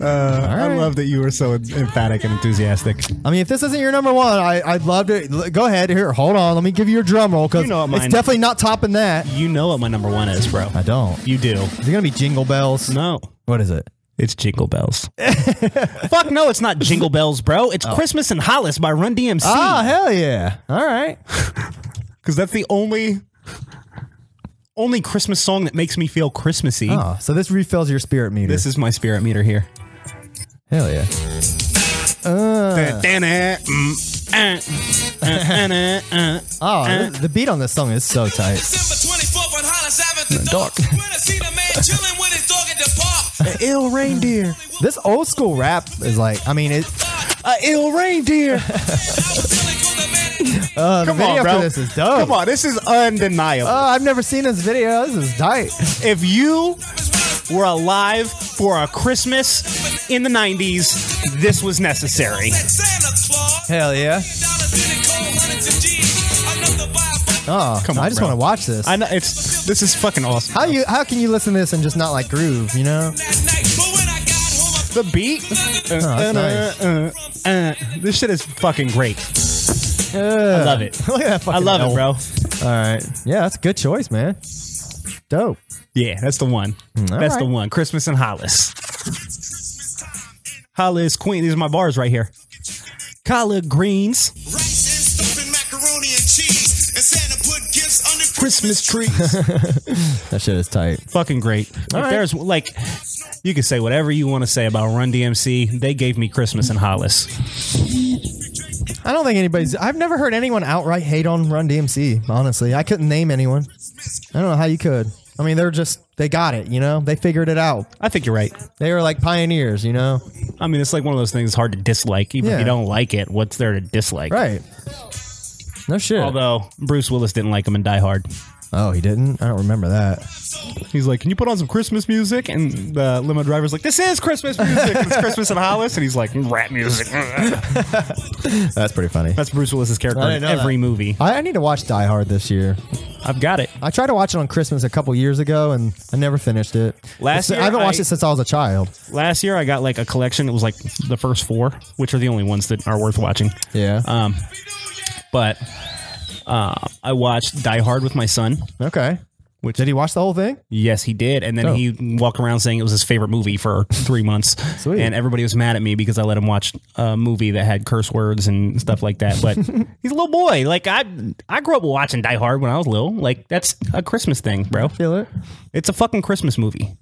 S6: Uh, I love that you were so emphatic and enthusiastic.
S1: I mean, if this isn't your number one, I, I'd love to. l- Go ahead. Here, hold on. Let me give you your drum roll because
S2: You know what
S1: it's
S2: mine-
S1: definitely not topping that.
S2: you know what my number one is, bro.
S1: I don't.
S2: You do.
S1: Is it gonna be Jingle Bells?
S2: No.
S1: What is it?
S2: It's Jingle Bells. Fuck no, it's not Jingle Bells, bro. It's Christmas in Hollis by Run DMC.
S1: Ah, hell yeah! All right.
S2: Because that's the only only Christmas song that makes me feel Christmassy.
S1: Oh, so this refills your spirit meter.
S2: This is my spirit meter here.
S1: hell yeah.
S2: Da- da- na- mm, uh, uh, uh, uh,
S3: It's
S1: Oh, this- the beat on this song is so tight.
S3: December 24th on Hollis Avenue. The dark. When I see the man chilling with his dog at the park.
S2: An ill reindeer.
S1: This old school rap is like, I mean, it.
S2: An ill reindeer.
S3: I was telling you the man.
S1: Uh, the
S6: Come
S1: video
S6: on, bro.
S1: for this is dope.
S6: Come on, this is undeniable.
S1: Oh, I've never seen this video. This is tight.
S2: if you were alive for a Christmas in the 90s, this was necessary.
S3: That Santa Claus.
S1: Hell yeah.
S3: Dollars in the cold, hundreds of G's. Enough to buy a bunch
S1: Oh,
S6: Come on,
S1: I just
S6: bro.
S1: want to watch this.
S2: I know it's this is fucking awesome.
S1: how you? How can you listen to this and just not like groove? You know?
S3: that night. But when I got home, I
S2: The beat,
S1: Oh, that's nice.
S2: uh, uh, uh, this shit is fucking great. I love it.
S1: Look at that
S2: I
S1: fucking.
S2: love it,
S1: elf.
S2: bro.
S1: All right. Yeah, that's a good choice, man. Dope.
S2: Yeah, that's the one. that's
S1: Mm, right.
S2: the one. Christmas in Hollis. Hollis Queen. These are my bars right here. Collard greens,
S3: rice and stuffing macaroni and cheese. And Santa put gifts under
S2: Christmas trees.
S1: That shit is tight.
S2: fucking great. if
S1: right.
S2: there's like, you can say whatever you want to say about Run DMC. They gave me Christmas in Hollis.
S1: I don't think anybody's. I've never heard anyone outright hate on Run DMC. Honestly, I couldn't name anyone. I don't know how you could. I mean, they're just they got it. You know, they figured it out.
S2: I think you're right.
S1: They were like pioneers. You know,
S2: I mean, it's like one of those things hard to dislike. Even if
S1: Yeah.
S2: you don't like it, what's there to dislike?
S1: right? No shit.
S2: Although Bruce Willis didn't like him in Die Hard.
S1: oh, he didn't. I don't remember that.
S2: He's like, "Can you put on some Christmas music?" And the limo driver's like, "This is Christmas music. It's Christmas in Hollis." And he's like, "Mm, "Rap music."
S1: That's pretty funny.
S2: That's Bruce Willis's character
S1: I didn't
S2: in
S1: know that.
S2: every movie.
S1: I, I need to watch Die Hard this year.
S2: I've got it.
S1: I tried to watch it on Christmas a couple years ago, and I never finished it. It's-
S2: Last year,
S1: I haven't watched
S2: I-
S1: it since I was a child.
S2: Last year, I got like a collection. It was like the first four, which are the only ones that are worth watching.
S1: Yeah.
S2: Um, but uh, I watched Die Hard with my son.
S1: okay. Which did he watch the whole thing?
S2: Yes, he did. And then
S1: Oh.
S2: he walked around saying it was his favorite movie for three months.
S1: Sweet.
S2: And everybody was mad at me because I let him watch a movie that had curse words and stuff like that. But he's a little boy. Like I, I grew up watching Die Hard when I was little. Like that's a Christmas thing, bro.
S1: Feel it?
S2: It's a fucking Christmas movie.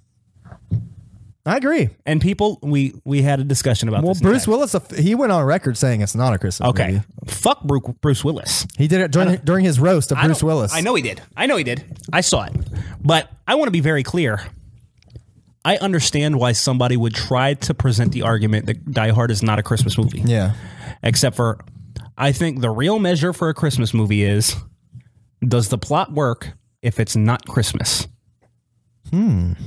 S1: I agree.
S2: And people, we we had a discussion about
S1: Well,
S2: this. in
S1: Bruce
S2: fact.
S1: Willis, uh, he went on record saying it's not a Christmas
S2: Okay,
S1: movie.
S2: fuck Bru- Bruce Willis.
S1: He did it during, during his roast of
S2: I
S1: Bruce
S2: don't-
S1: Willis.
S2: I know he did. I know he did. I saw it. But I want to be very clear. I understand why somebody would try to present the argument that Die Hard is not a Christmas movie.
S1: Yeah.
S2: Except for, I think the real measure for a Christmas movie is does the plot work if it's not Christmas? Hmm.
S1: Hmm.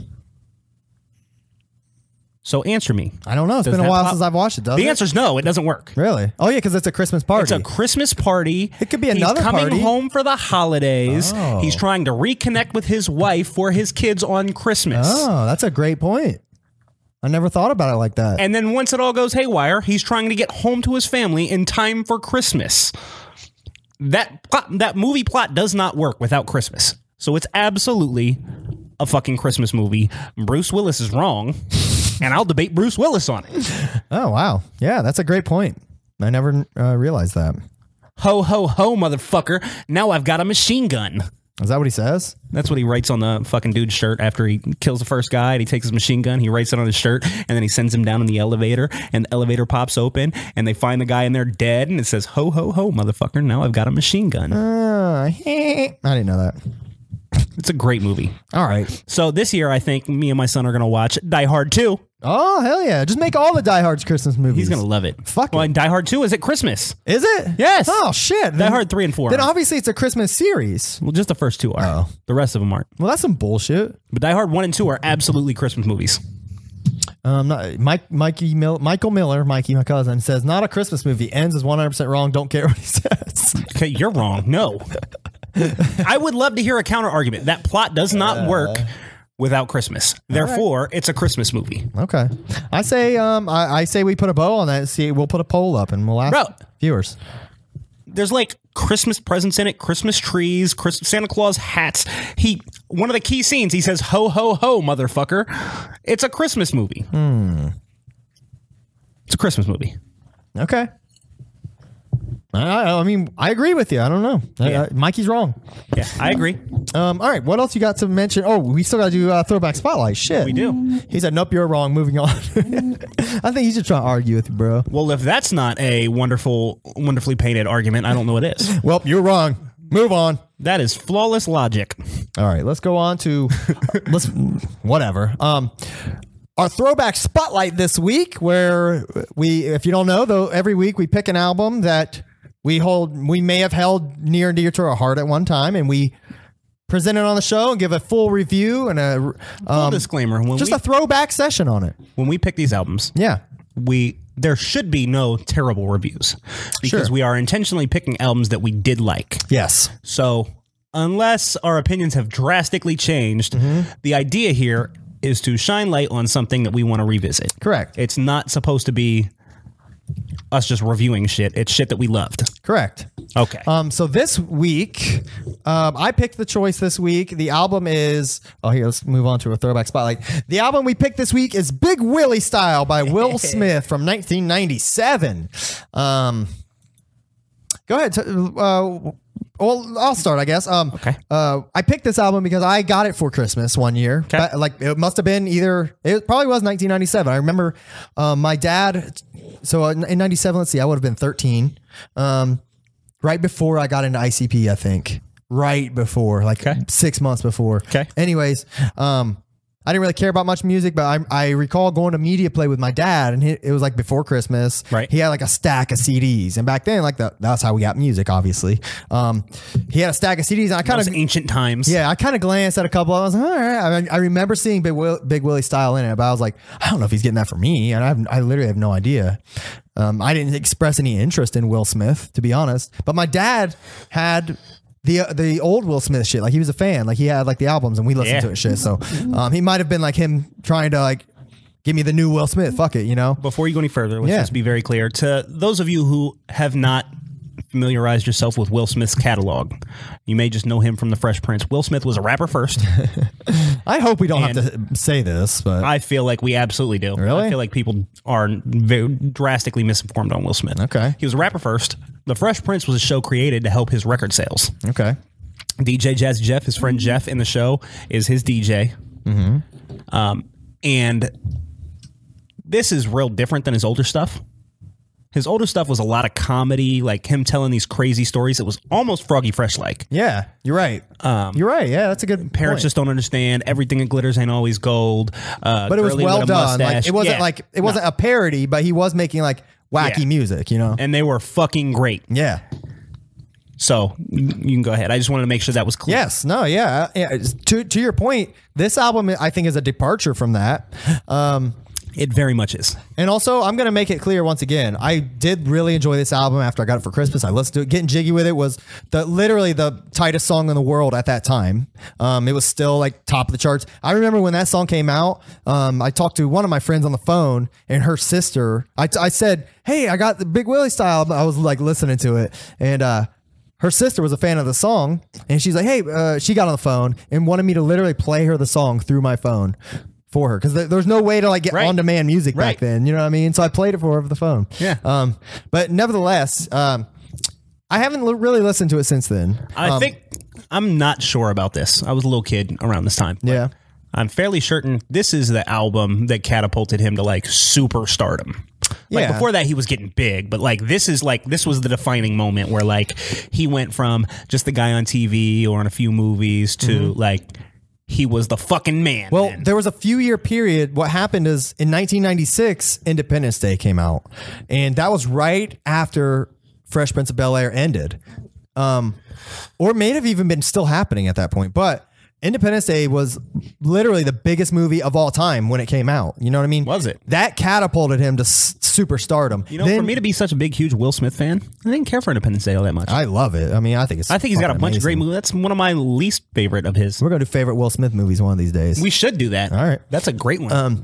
S2: So answer me.
S1: I don't know. It's
S2: Does
S1: been a
S2: that
S1: while
S2: pop-
S1: since I've watched it, doesn't
S2: The
S1: it?
S2: answer is no, it doesn't work.
S1: Really? Oh, yeah, because it's a Christmas party.
S2: It's a Christmas party.
S1: It could be
S2: He's
S1: another
S2: coming
S1: party.
S2: home for the holidays.
S1: Oh.
S2: He's trying to reconnect with his wife for his kids on Christmas.
S1: oh, that's a great point. I never thought about it like that.
S2: And then once it all goes haywire, he's trying to get home to his family in time for Christmas. That plot, that movie plot does not work without Christmas. So it's absolutely a fucking Christmas movie. Bruce Willis is wrong, and I'll debate Bruce Willis on it.
S1: oh, wow. Yeah, that's a great point. I never uh, realized that.
S2: Ho ho ho, motherfucker! Now I've got a machine gun.
S1: Is that what he says?
S2: That's what he writes on the fucking dude's shirt after he kills the first guy and he takes his machine gun, he writes it on his shirt, and then he sends him down in the elevator, and the elevator pops open, and they find the guy in there dead, and it says, Ho, ho, ho, motherfucker, now I've got a machine gun.
S1: Uh, I didn't know that.
S2: It's a great movie.
S1: All right.
S2: So this year, I think me and my son are going to watch Die Hard 2.
S1: Oh, hell yeah. Just make all the Die Hard's Christmas movies.
S2: He's going to love it.
S1: Fuck
S2: Well,
S1: it.
S2: and Die Hard 2 is at Christmas.
S1: Is it?
S2: Yes.
S1: Oh, shit.
S2: Die Hard 3 and 4.
S1: Then
S2: are.
S1: obviously it's a Christmas series.
S2: well, just the first two are.
S1: Oh.
S2: The rest of them aren't.
S1: Well, that's some bullshit.
S2: But Die Hard 1 and 2 are absolutely Christmas movies.
S1: Um, not, Mike, Mikey, Mil- Michael Miller, Mikey, my cousin, says not a Christmas movie. Ends is one hundred percent wrong. Don't care what he says.
S2: Okay, you're wrong. No. I would love to hear a counter argument. That plot does not work without Christmas. Therefore, it's a Christmas movie.
S1: okay, I say, um, I, I say we put a bow on that. And see, we'll put a poll up and we'll ask
S2: Bro.
S1: viewers.
S2: There's like Christmas presents in it, Christmas trees, Chris- Santa Claus hats. He one of the key scenes, he says ho ho ho motherfucker. It's a Christmas movie. It's a Christmas movie.
S1: Okay. I, I I mean, I agree with you. I don't know. I-
S2: Yeah.
S1: I- Mikey's wrong.
S2: Yeah, I agree.
S1: Um, all right, what else you got to mention? Oh, we still got to do uh, throwback spotlight. Shit,
S2: We do.
S1: He said, "Nope, you're wrong." Moving on. I think he's just trying to argue with you, bro.
S2: Well, if that's not a wonderful wonderfully painted argument, I don't know what is.
S1: Well, you're wrong. Move on.
S2: That is flawless logic.
S1: All right, let's go on to let's whatever. Um our throwback spotlight this week where we if you don't know though every week we pick an album that we hold we may have held near and dear to our heart at one time and we present it on the show and give a full review and a
S2: Full
S1: um,
S2: disclaimer: when
S1: just
S2: we
S1: a throwback session on it.
S2: when we pick these albums,
S1: Yeah.
S2: we there should be no terrible reviews because
S1: Sure.
S2: we are intentionally picking albums that we did like.
S1: Yes.
S2: So, unless our opinions have drastically changed,
S1: Mm-hmm.
S2: the idea here is to shine light on something that we want to revisit.
S1: Correct.
S2: It's not supposed to be us just reviewing shit. It's shit that we loved.
S1: Correct.
S2: Okay.
S1: Um, so this week, um, I picked the choice this week. The album is oh here. Let's move on to a throwback spotlight. The album we picked this week is Big Willie Style by Will Smith from 1997. Um, go ahead. t- uh, well, I'll start, I guess. Um,
S2: Okay.
S1: Uh, I picked this album because I got it for Christmas one year. Ba- Like it must have been either it probably was 1997. I remember um, my dad. So in '97, let's see, I would have been 13. Um, right before I got into ICP, I think. Right before, like
S2: Okay.
S1: six months before.
S2: Okay.
S1: Anyways, um, I didn't really care about much music, but I, I recall going to media play with my dad, and he, it was like before Christmas.
S2: Right.
S1: He had like a stack of CDs, and back then, like the, that's how we got music. Obviously, um, he had a stack of CDs, and I kind
S2: Those
S1: of
S2: ancient times.
S1: yeah, I kind of glanced at a couple. I was like, all right. I, mean, I remember seeing Big, Will, Big Willie style in it, but I was like, I don't know if he's getting that for me, and I, have, I literally have no idea. Um, I didn't express any interest in Will Smith, to be honest. But my dad had the uh, the old Will Smith shit. Like he was a fan. Like he had like the albums, and we listened
S2: Yeah.
S1: to it shit. So um, he might have been like him trying to like give me the new Will Smith. Fuck it, you know.
S2: Before you go any further, let's
S1: Yeah.
S2: just be very clear to those of you who have not familiarized yourself with Will Smith's catalog. You may just know him from The Fresh Prince. Will Smith was a rapper first.
S1: I hope we don't have to say this, but
S2: I feel like we absolutely do.
S1: Really?
S2: I feel like people are very drastically misinformed on Will Smith.
S1: Okay.
S2: He was a rapper first. The Fresh Prince was a show created to help his record sales.
S1: okay.
S2: DJ Jazz Jeff, his friend Jeff in the show, is his DJ. Mm-hmm. Um, and this is real different than his older stuff. His older stuff was a lot of comedy, like him telling these crazy stories. It was almost Froggy Fresh like.
S1: Yeah, you're right. you're right. Yeah, that's a good
S2: Parents
S1: point.
S2: Um, just don't understand. Everything that glitters ain't always gold. Uh,
S1: but it was
S2: girly
S1: well
S2: with a
S1: done. Like
S2: mustache.
S1: it wasn't
S2: Yeah.
S1: like it wasn't a parody, but he was making like wacky
S2: Yeah.
S1: music, you know.
S2: and they were fucking great.
S1: yeah.
S2: So you can go ahead. I just wanted to make sure that was clear.
S1: Yes. No. Yeah. yeah. It's- To to your point, this album I think is a departure from that. Um,
S2: It very much is.
S1: and also, I'm gonna make it clear once again. I did really enjoy this album after I got it for Christmas. I listened to it. Getting jiggy with it was the literally the tightest song in the world at that time. Um, it was still like top of the charts. I remember when that song came out. Um, I talked to one of my friends on the phone, and her sister. I, I said, "Hey, I got the Big Willie style." I was like listening to it, and uh, her sister was a fan of the song, and she's like, "Hey," uh, she got on the phone and wanted me to literally play her the song through my phone for her because there, there's no way to like get
S2: Right.
S1: on demand music back
S2: Right.
S1: then. You know what I mean? So I played it for her over the phone.
S2: Yeah.
S1: Um, but nevertheless, um, I haven't li- really listened to it since then. Um,
S2: I think I'm not sure about this. I was a little kid around this time. but
S1: Yeah.
S2: I'm fairly certain this is the album that catapulted him to like super stardom. Like
S1: Yeah.
S2: before that, he was getting big, but like this is like this was the defining moment where like he went from just the guy on TV or in a few movies to like he was the fucking man.
S1: Mm-hmm. Well,
S2: then.
S1: there was a few year period. What happened is in 1996, Independence Day came out, and that was right after Fresh Prince of Bel Air ended, um, or may have even been still happening at that point. But Independence Day was literally the biggest movie of all time when it came out. You know what I mean?
S2: Was it?
S1: That catapulted him to s- superstardom.
S2: you know, for me to be such a big, huge Will Smith fan, I didn't care for Independence Day all that much.
S1: I love it. I mean, I think it's.
S2: I think he's got a
S1: fucking
S2: bunch of great
S1: amazing.
S2: movies. That's one of my least favorite of his.
S1: We're gonna do favorite Will Smith movies one of these days.
S2: We should do that.
S1: All right. Um,
S2: That's a great one.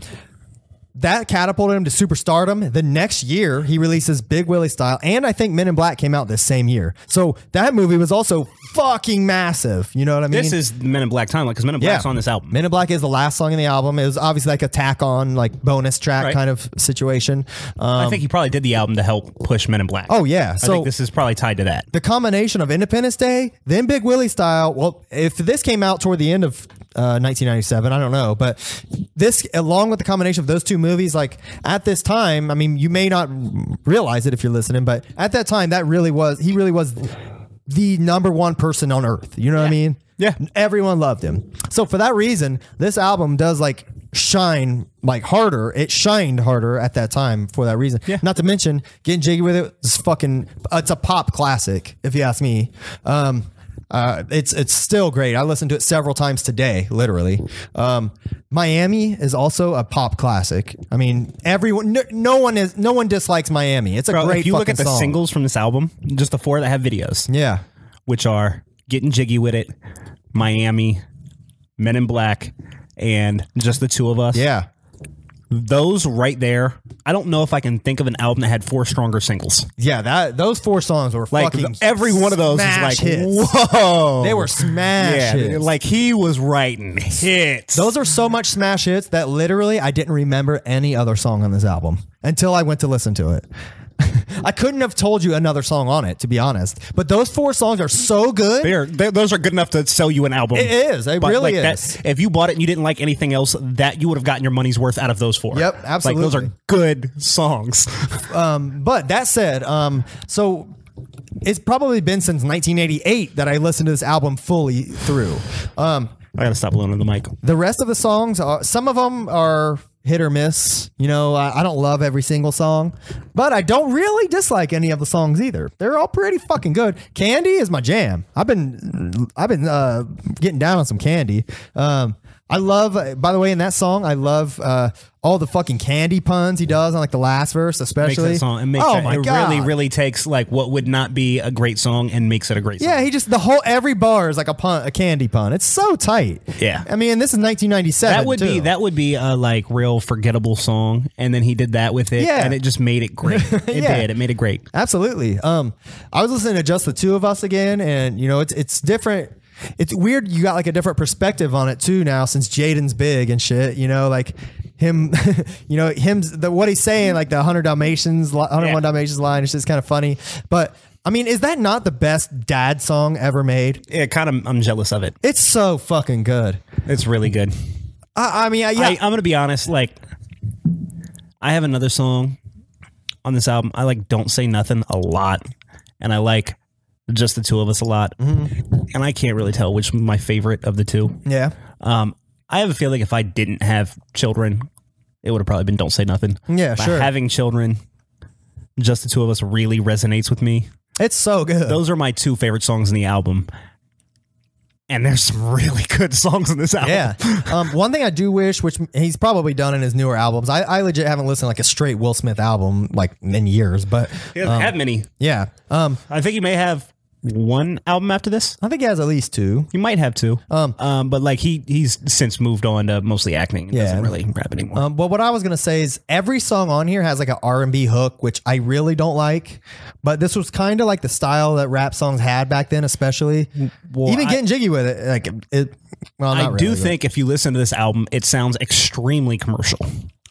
S1: that catapulted him to superstardom. The next year, he releases Big Willie Style, and I think Men in Black came out this same year. So that movie was also fucking massive. You know what I mean?
S2: this is Men in Black timeline because Men in Black's on this album.
S1: Men in Black is the last song in the album. It was obviously like a tack on, like bonus track
S2: Right.
S1: kind of situation.
S2: I
S1: Um,
S2: think he probably did the album to help push Men in Black.
S1: oh yeah,
S2: I
S1: so
S2: think this is probably tied to that.
S1: the combination of Independence Day, then Big Willie Style. Well, if this came out toward the end of uh, 1997, I don't know, but this, along with the combination of those two movies, like at this time, I mean, you may not realize it if you're listening, but at that time, that really was he really was the number one person on earth. You know what I mean?
S2: Yeah.
S1: Everyone loved him. So for that reason, this album does like shine like harder. It shined harder at that time for that reason.
S2: Yeah.
S1: Not to mention getting jiggy with it is fucking. It's a pop classic, if you ask me. Um, uh, it's it's still great. I listened to it several times today, literally. Um, Miami is also a pop classic. I mean, everyone, no, no one is, no one dislikes Miami. It's a
S2: Bro,
S1: great.
S2: if you look
S1: fucking
S2: at the
S1: song.
S2: singles from this album, just the four that have videos,
S1: yeah,
S2: which are Getting Jiggy with It, Miami, Men in Black, and Just the Two of Us.
S1: yeah,
S2: Those right there, I don't know if I can think of an album that had four stronger singles.
S1: yeah. That those four songs were
S2: Like
S1: fucking
S2: every one of those is
S1: smash
S2: like,
S1: hits.
S2: whoa.
S1: They were smash
S2: yeah,
S1: hits.
S2: like he was writing hits.
S1: Those are so much smash hits that literally I didn't remember any other song on this album until I went to listen to it. I couldn't have told you another song on it, to be honest. But those four songs are so good.
S2: They are, they, those are good enough to sell you an album.
S1: It is. It really is.
S2: That, if you bought it and you didn't like anything else, that you would have gotten your money's worth out of those four.
S1: Yep,
S2: Like those
S1: absolutely.
S2: are good songs.
S1: But that said, um, so it's probably been since 1988 that I listened to this album fully through. Um,
S2: I gotta stop blowing on the mic.
S1: the rest of the songs are some of them are hit or miss. You know, I, I don't love every single song, but I don't really dislike any of the songs either. They're all pretty fucking good. Candy is my jam. I've been I've been uh, getting down on some candy. Um, I love. By the way, in that song, I love. Uh, all the fucking candy puns he does on like the last verse,
S2: Makes
S1: especially.
S2: that song. It makes
S1: oh
S2: that-
S1: my
S2: it
S1: god!
S2: really, really takes like what would not be a great song and makes it a great song.
S1: Yeah, he just the whole every bar is like a pun, a candy pun. It's so tight.
S2: Yeah.
S1: I mean, this is 1997.
S2: that would be
S1: too.
S2: that would be a like real forgettable song, and then he did that with it,
S1: Yeah.
S2: and it just made it great. It
S1: Yeah.
S2: did. It made it great.
S1: Absolutely. Um, I was listening to just the two of us again, and you know, it's it's different. It's weird. You got like a different perspective on it too now, since Jaden's big and shit. You know, like him. you know, him. The what he's saying, like the hundred Dalmatians, hundred one
S2: Yeah.
S1: Dalmatians line, it's just kind of funny. But I mean, is that not the best dad song ever made?
S2: Yeah, kind of. I'm jealous of it.
S1: It's so fucking good.
S2: It's really good.
S1: I, I mean, I- yeah,
S2: I, uh, I'm gonna be honest. Like, I have another song on this album. I like "Don't Say Nothing" a lot, and I like "Just the Two of Us" a lot.
S1: Mm-hmm.
S2: And I can't really tell which my favorite of the two.
S1: yeah.
S2: Um, I have a feeling if I didn't have children, it would have probably been "Don't Say Nothing."
S1: Yeah,
S2: By
S1: sure.
S2: Having children, "Just the Two of Us" really resonates with me.
S1: It's so good.
S2: Those are my two favorite songs in the album. And there's some really good songs in this album.
S1: Yeah. Um, one thing I do wish, which he's probably done in his newer albums, I, I legit haven't listened to like a straight Will Smith album like in years, but
S2: He doesn't have many.
S1: yeah. Um,
S2: I think he may have one album after this.
S1: I think he has at least two.
S2: He might have two. Um, but like he he's since moved on to mostly acting. and
S1: Yeah.
S2: doesn't really rap anymore.
S1: Um, but what I was gonna say is every song on here has like an R and B hook, which I really don't like. But this was kind of like the style that rap songs had back then, especially even
S2: I-
S1: getting jiggy with it. Like it. Well,
S2: I
S1: not
S2: do
S1: really, but-
S2: think if you listen to this album, it sounds extremely commercial.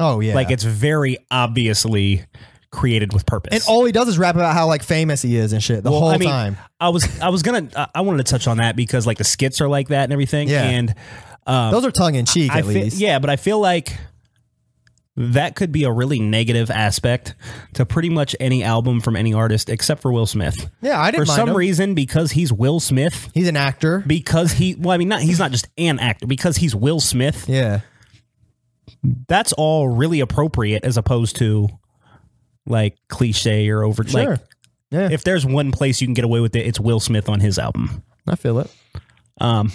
S1: Oh yeah.
S2: Like it's very obviously created with purpose.
S1: and all he does is rap about how like famous he is and shit the
S2: Well,
S1: whole
S2: I mean,
S1: time.
S2: I was I was gonna I- I wanted to touch on that because like the skits are like that and everything.
S1: Yeah.
S2: And
S1: Those are tongue in cheek
S2: uh, I
S1: at
S2: feel,
S1: least.
S2: Yeah, but I feel like that could be a really negative aspect to pretty much any album from any artist except for Will Smith.
S1: Yeah, I didn't
S2: For
S1: mind
S2: some
S1: him.
S2: reason, because he's Will Smith,
S1: He's an actor.
S2: because he well, I mean, not he's not just an actor, because he's Will Smith.
S1: yeah.
S2: That's all really appropriate as opposed to like cliche or over.
S1: Sure.
S2: Like,
S1: Yeah.
S2: if there's one place you can get away with it, it's Will Smith on his album.
S1: I feel it.
S2: All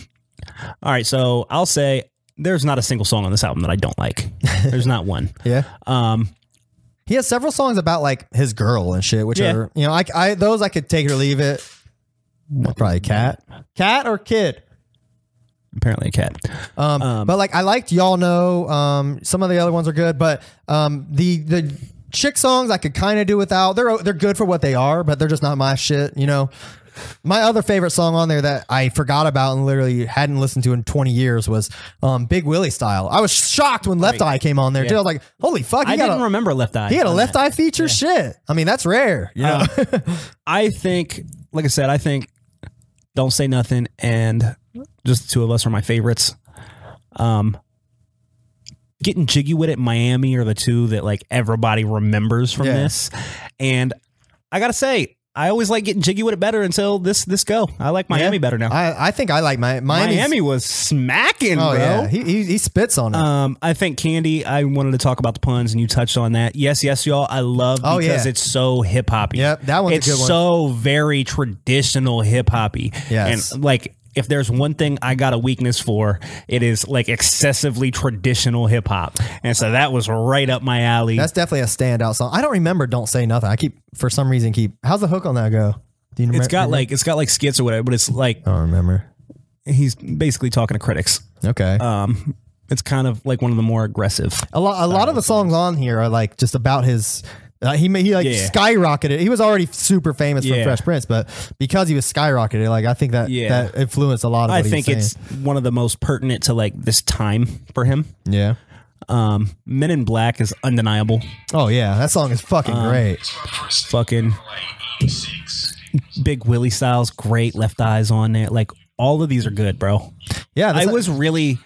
S2: right, so I'll say there's not a single song on this album that I don't like. There's not one.
S1: Yeah.
S2: Um,
S1: He has several songs about like his girl and shit, which
S2: Yeah.
S1: are you know, I, I those I could take it or leave it. Probably cat, cat or kid.
S2: apparently a cat.
S1: Um, but like I liked y'all know. Um, some of the other ones are good, but um, the the chick songs I could kind of do without. They're they're good for what they are, but they're just not my shit. You know. My other favorite song on there that I forgot about and literally hadn't listened to in 20 years was um, Big Willie Style. I was shocked when Left Eye came on there too. I was like, "Holy fuck!" He
S2: I
S1: got
S2: didn't
S1: a-
S2: remember Left Eye. Oh,
S1: He had a
S2: on
S1: left
S2: that.
S1: eye feature. Shit. I mean, that's rare. You know.
S2: I think, like I said, I think Don't Say Nothing and just the two of us are my favorites. Um, Getting Jiggy with It, Miami are the two that like everybody remembers from
S1: Yeah.
S2: this. And I got to say, I always like getting jiggy with it better until this this go. I like Miami better now.
S1: I, I think I like my Miami's,
S2: Miami was smacking,
S1: Oh
S2: bro.
S1: yeah, he, he he spits on it.
S2: Um, I think Candy. I wanted to talk about the puns, and you touched on that. Yes, yes, y'all. I love
S1: Oh,
S2: because
S1: yeah.
S2: it's so hip hoppy.
S1: Yep, that one's a
S2: it's
S1: good one.
S2: so very traditional hip hoppy.
S1: Yes.
S2: and like. If there's one thing I got a weakness for, it is like excessively traditional hip hop, and so that was right up my alley.
S1: That's definitely a standout song. I don't remember "Don't Say Nothing." I keep for some reason keep. How's the hook on that go? Do you remember?
S2: it's got like it's got like skits or whatever, but it's like
S1: I don't remember.
S2: he's basically talking to critics.
S1: Okay.
S2: Um, it's kind of like one of the more aggressive.
S1: a lot. A lot of the songs on here are like just about his. Uh, he ma- he like
S2: Yeah.
S1: skyrocketed. He was already super famous from
S2: Yeah.
S1: Fresh Prince, but because he was skyrocketed, like I think that
S2: Yeah.
S1: that influenced a lot of. What
S2: I
S1: he was
S2: think it's
S1: saying.
S2: one of the most pertinent to like this time for him.
S1: yeah.
S2: Um, Men in Black is undeniable.
S1: Oh yeah, that song is fucking
S2: Um,
S1: great.
S2: Fucking Big Willie Styles, great. Left Eyes on there. Like all of these are good, bro.
S1: Yeah,
S2: I
S1: that's-
S2: was really.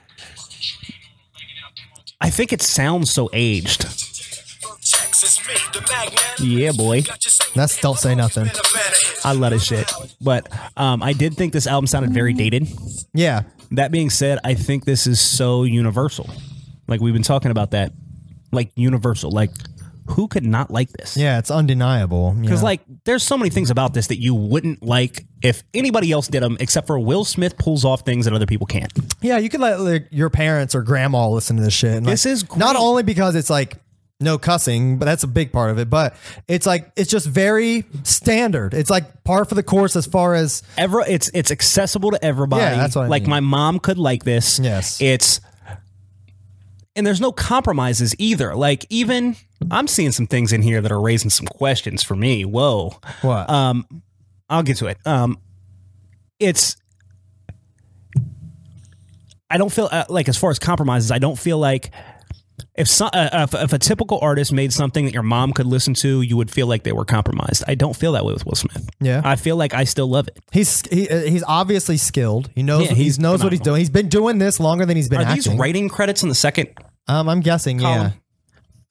S2: I think it sounds so aged. Yeah, boy.
S1: That's "Don't Say Nothing."
S2: I love this shit. But um, I did think this album sounded very dated.
S1: Yeah,
S2: That being said, I think this is so universal. Like we've been talking about that, like universal. Like who could not like this?
S1: yeah, it's undeniable. you
S2: Because
S1: know.
S2: like there's so many things about this that you wouldn't like if anybody else did them, except for Will Smith pulls off things that other people can't.
S1: Yeah, you could let like, your parents or grandma listen to this shit. And, like,
S2: This is
S1: not
S2: great.
S1: only because it's like no cussing, but that's a big part of it. But it's like it's just very standard. It's like par for the course as far as
S2: Ever, it's it's accessible to everybody.
S1: Yeah, that's what I
S2: like
S1: mean.
S2: my mom could like this.
S1: Yes.
S2: it's and there's no compromises either. Like even I'm seeing some things in here that are raising some questions for me. Whoa.
S1: what
S2: I'll get to it. Um, it's I don't feel uh, like as far as compromises, I don't feel like if, so, uh, if if a typical artist made something that your mom could listen to, you would feel like they were compromised. I don't feel that way with Will Smith.
S1: Yeah.
S2: I feel like I still love it.
S1: he's he, uh, he's obviously skilled. He knows
S2: Yeah,
S1: he
S2: he's
S1: knows what he's
S2: phenomenal.
S1: doing. He's been doing this longer than he's been
S2: Are these
S1: acting.
S2: writing credits in the second
S1: Um, I'm guessing. Yeah.
S2: column?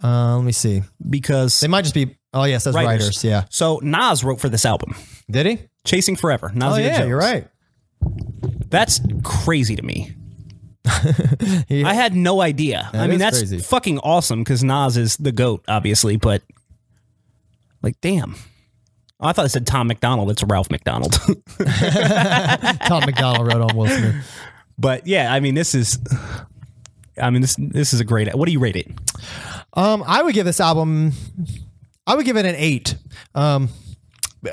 S1: Uh, let me see.
S2: Because
S1: They might just be. Oh yeah, it says writers. Yeah.
S2: So Nas wrote for this album,
S1: Did he?
S2: Chasing Forever. Nas
S1: Oh
S2: Zeta
S1: yeah,
S2: Jones.
S1: you're right.
S2: That's crazy to me. I had no idea. I
S1: That
S2: mean,
S1: is
S2: that's
S1: crazy.
S2: fucking awesome because Nas is the goat, obviously. But like, damn, Oh, I thought it said Tom McDonald. It's Ralph McDonald.
S1: Tom McDonald wrote on Will Smith.
S2: but yeah, I mean, this is, I mean, this this is a great. What do you rate it?
S1: Um, I would give this album, I would give it an eight. Um,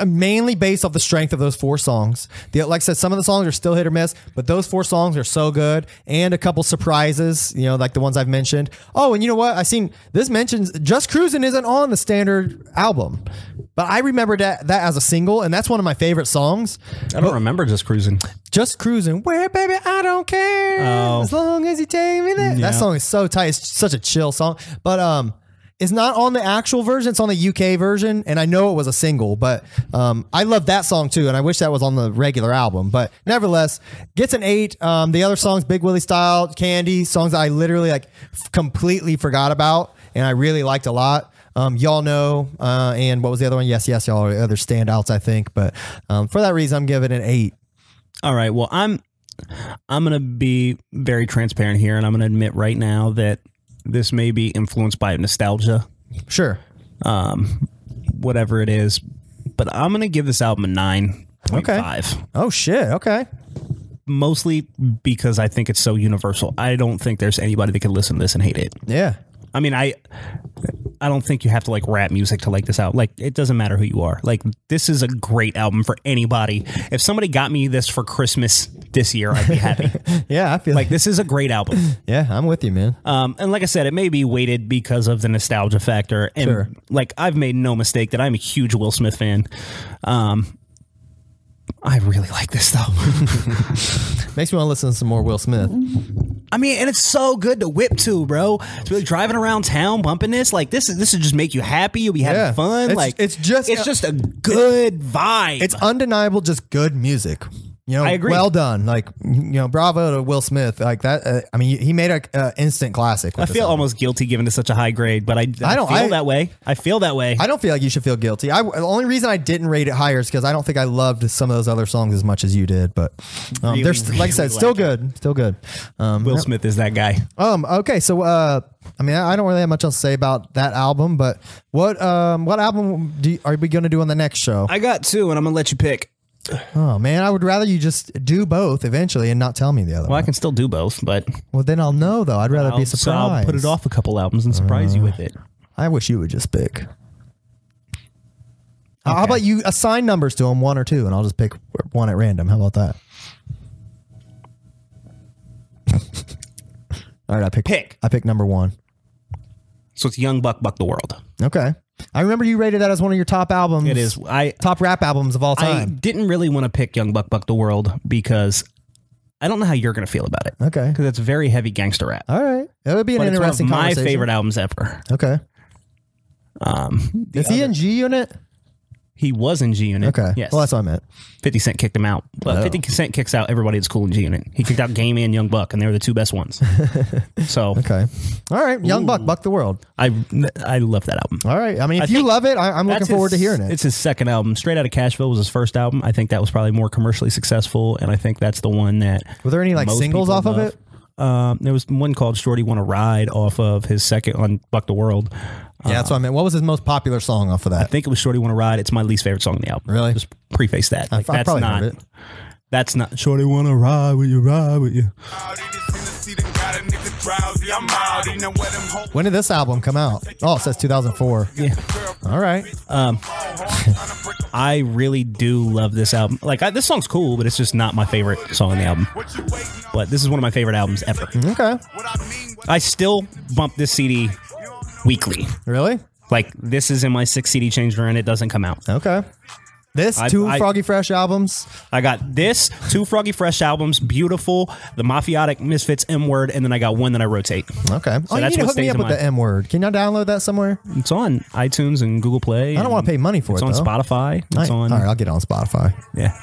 S1: mainly based off the strength of those four songs. The, like I said, some of the songs are still hit or miss, but those four songs are so good, and a couple surprises. You know, like the ones I've mentioned. Oh, and you know what? I seen this mentions "Just Cruising" isn't on the standard album, but I remember that that as a single, and that's one of my favorite songs.
S2: I don't remember just cruising.
S1: Just cruising, where baby I don't care
S2: Oh.
S1: as long as you take me there. That song is so tight. It's such a chill song, but um, it's not on the actual version. It's on the UK version, and I know it was a single, but um, I love that song too, and I wish that was on the regular album. But nevertheless, gets an eight. Um, the other songs, Big Willie Style, Candy, songs that I literally like f- completely forgot about, and I really liked a lot. Um, y'all know, uh, and what was the other one? Yes, yes, y'all are other standouts, I think. But um, for that reason, I'm giving it an eight.
S2: All right. Well, I'm I'm gonna be very transparent here, and I'm gonna admit right now that this may be influenced by nostalgia.
S1: Sure.
S2: um, whatever it is. But I'm gonna give this album a nine point
S1: Okay.
S2: five,
S1: Oh shit. Okay.
S2: mostly because I think it's so universal. I don't think there's anybody that could listen to this and hate it.
S1: Yeah.
S2: I mean, I I don't think you have to like rap music to like this album. Like, it doesn't matter who you are. Like, this is a great album for anybody. If somebody got me this for Christmas this year, I'd be happy.
S1: Yeah. I feel
S2: like, this is a great album.
S1: Yeah, I'm with you, man.
S2: Um, and like I said, it may be weighted because of the nostalgia factor. And
S1: Sure.
S2: like I've made no mistake that I'm a huge Will Smith fan. Um, I really like this though.
S1: Makes me want to listen to some more Will Smith.
S2: Mm-hmm. I mean, and it's so good to whip to, bro. To be driving around town bumping this, like this is this would just make you happy. You'll be having
S1: Yeah.
S2: fun.
S1: It's-
S2: like
S1: it's just-
S2: it's just a good vibe.
S1: It's undeniable, just good music. You know,
S2: I agree.
S1: Well done, like you know, bravo to Will Smith. Like that. Uh, I mean, he made a uh, instant classic. With
S2: I
S1: this
S2: feel
S1: album.
S2: almost guilty given to such a high grade, but I, I,
S1: I don't-
S2: feel
S1: I-
S2: that way. I feel that way.
S1: I don't feel like you should feel guilty. I the only reason I didn't rate it higher is because I don't think I loved some of those other songs as much as you did. But um,
S2: Really,
S1: they're st- like I
S2: really
S1: said, still
S2: like it.
S1: good, still good. Um,
S2: Will Smith is that guy.
S1: um, okay, so uh, I mean, I I don't really have much else to say about that album. But what um, what album do you- are we going to do on the next show?
S2: I got two, and I'm gonna let you pick.
S1: oh man, I would rather you just do both eventually and not tell me the other
S2: Well, I
S1: one.
S2: can still do both, but
S1: Well, then I'll know though. I'd rather be
S2: I'll,
S1: surprised.
S2: so I'll put it off a couple albums and surprise you with it.
S1: I wish you would just pick. How about you assign numbers to them, one or two, and I'll just pick one at random. How about that? All right, I picked.
S2: Pick.
S1: I picked number one.
S2: So it's Young Buck Buck the World.
S1: Okay. I remember you rated that as one of your top albums.
S2: It is. I
S1: top rap albums of all
S2: I
S1: time.
S2: didn't really want to pick Young Buck Buck the World because I don't know how you're gonna feel about it.
S1: Okay.
S2: because it's very heavy gangster rap.
S1: all right, that would be an
S2: But it's one of
S1: interesting
S2: my
S1: conversation.
S2: favorite albums ever.
S1: Okay. Um, is he in G Unit?
S2: He was in G Unit.
S1: Okay.
S2: Yes.
S1: Well, that's Oh. what I meant.
S2: 50 Cent kicked him out. But 50 Cent kicks out everybody that's cool in G Unit. He kicked out Game and Young Buck, and they were the two best ones. so
S1: Okay. All right, Young Buck, Buck the World.
S2: I I love that album.
S1: All right. I mean, if
S2: I
S1: you
S2: think
S1: love it, I, I'm looking
S2: That's
S1: forward
S2: his-
S1: to hearing it.
S2: It's his second album. Straight Out of Cashville was his first album. I think that was probably more commercially successful, and I think that's the one that.
S1: Were there any like
S2: most
S1: singles
S2: people
S1: off of
S2: love.
S1: it?
S2: Um, there was one called "Shorty Want to Ride" off of his second on Buck the World.
S1: Yeah, that's what I meant. What was his most popular song off of that?
S2: I think it was "Shorty Want to Ride." It's my least favorite song on the album.
S1: Really?
S2: Just preface that. Like,
S1: I
S2: that's
S1: probably
S2: not.
S1: heard it.
S2: That's not.
S6: Shorty wanna ride with you, ride with you.
S3: Out in this Tennessee that got a nigga drowsy. I'm out in the wet and hope
S1: when did this album come out? Oh, it says 2004.
S2: Yeah.
S1: All right.
S2: I really do love this album. Like I, this song's cool, but it's just not my favorite song on the album.
S3: what you waiting on.
S2: But this is one of my favorite albums ever.
S1: Okay.
S3: What I mean, what
S2: I still bump this CD weekly.
S1: Really?
S2: Like this is in my six CD change run. It doesn't come out.
S1: Okay. This
S2: I-
S1: two
S2: I-
S1: Froggy Fresh albums.
S2: I got this two Froggy Fresh albums, beautiful, the Mafiotic Misfits M Word, and then I got one that I rotate.
S1: Okay. oh, you
S2: that's
S1: need to
S2: what
S1: hook me
S2: stays
S1: up
S2: in
S1: with the
S2: mind.
S1: M word. Can y'all download that somewhere?
S2: It's on iTunes and Google Play.
S1: I don't want to pay money for
S2: It's
S1: it.
S2: on
S1: though.
S2: Spotify. It's
S1: All right.
S2: on.
S1: All right, I'll get it on Spotify.
S2: Yeah,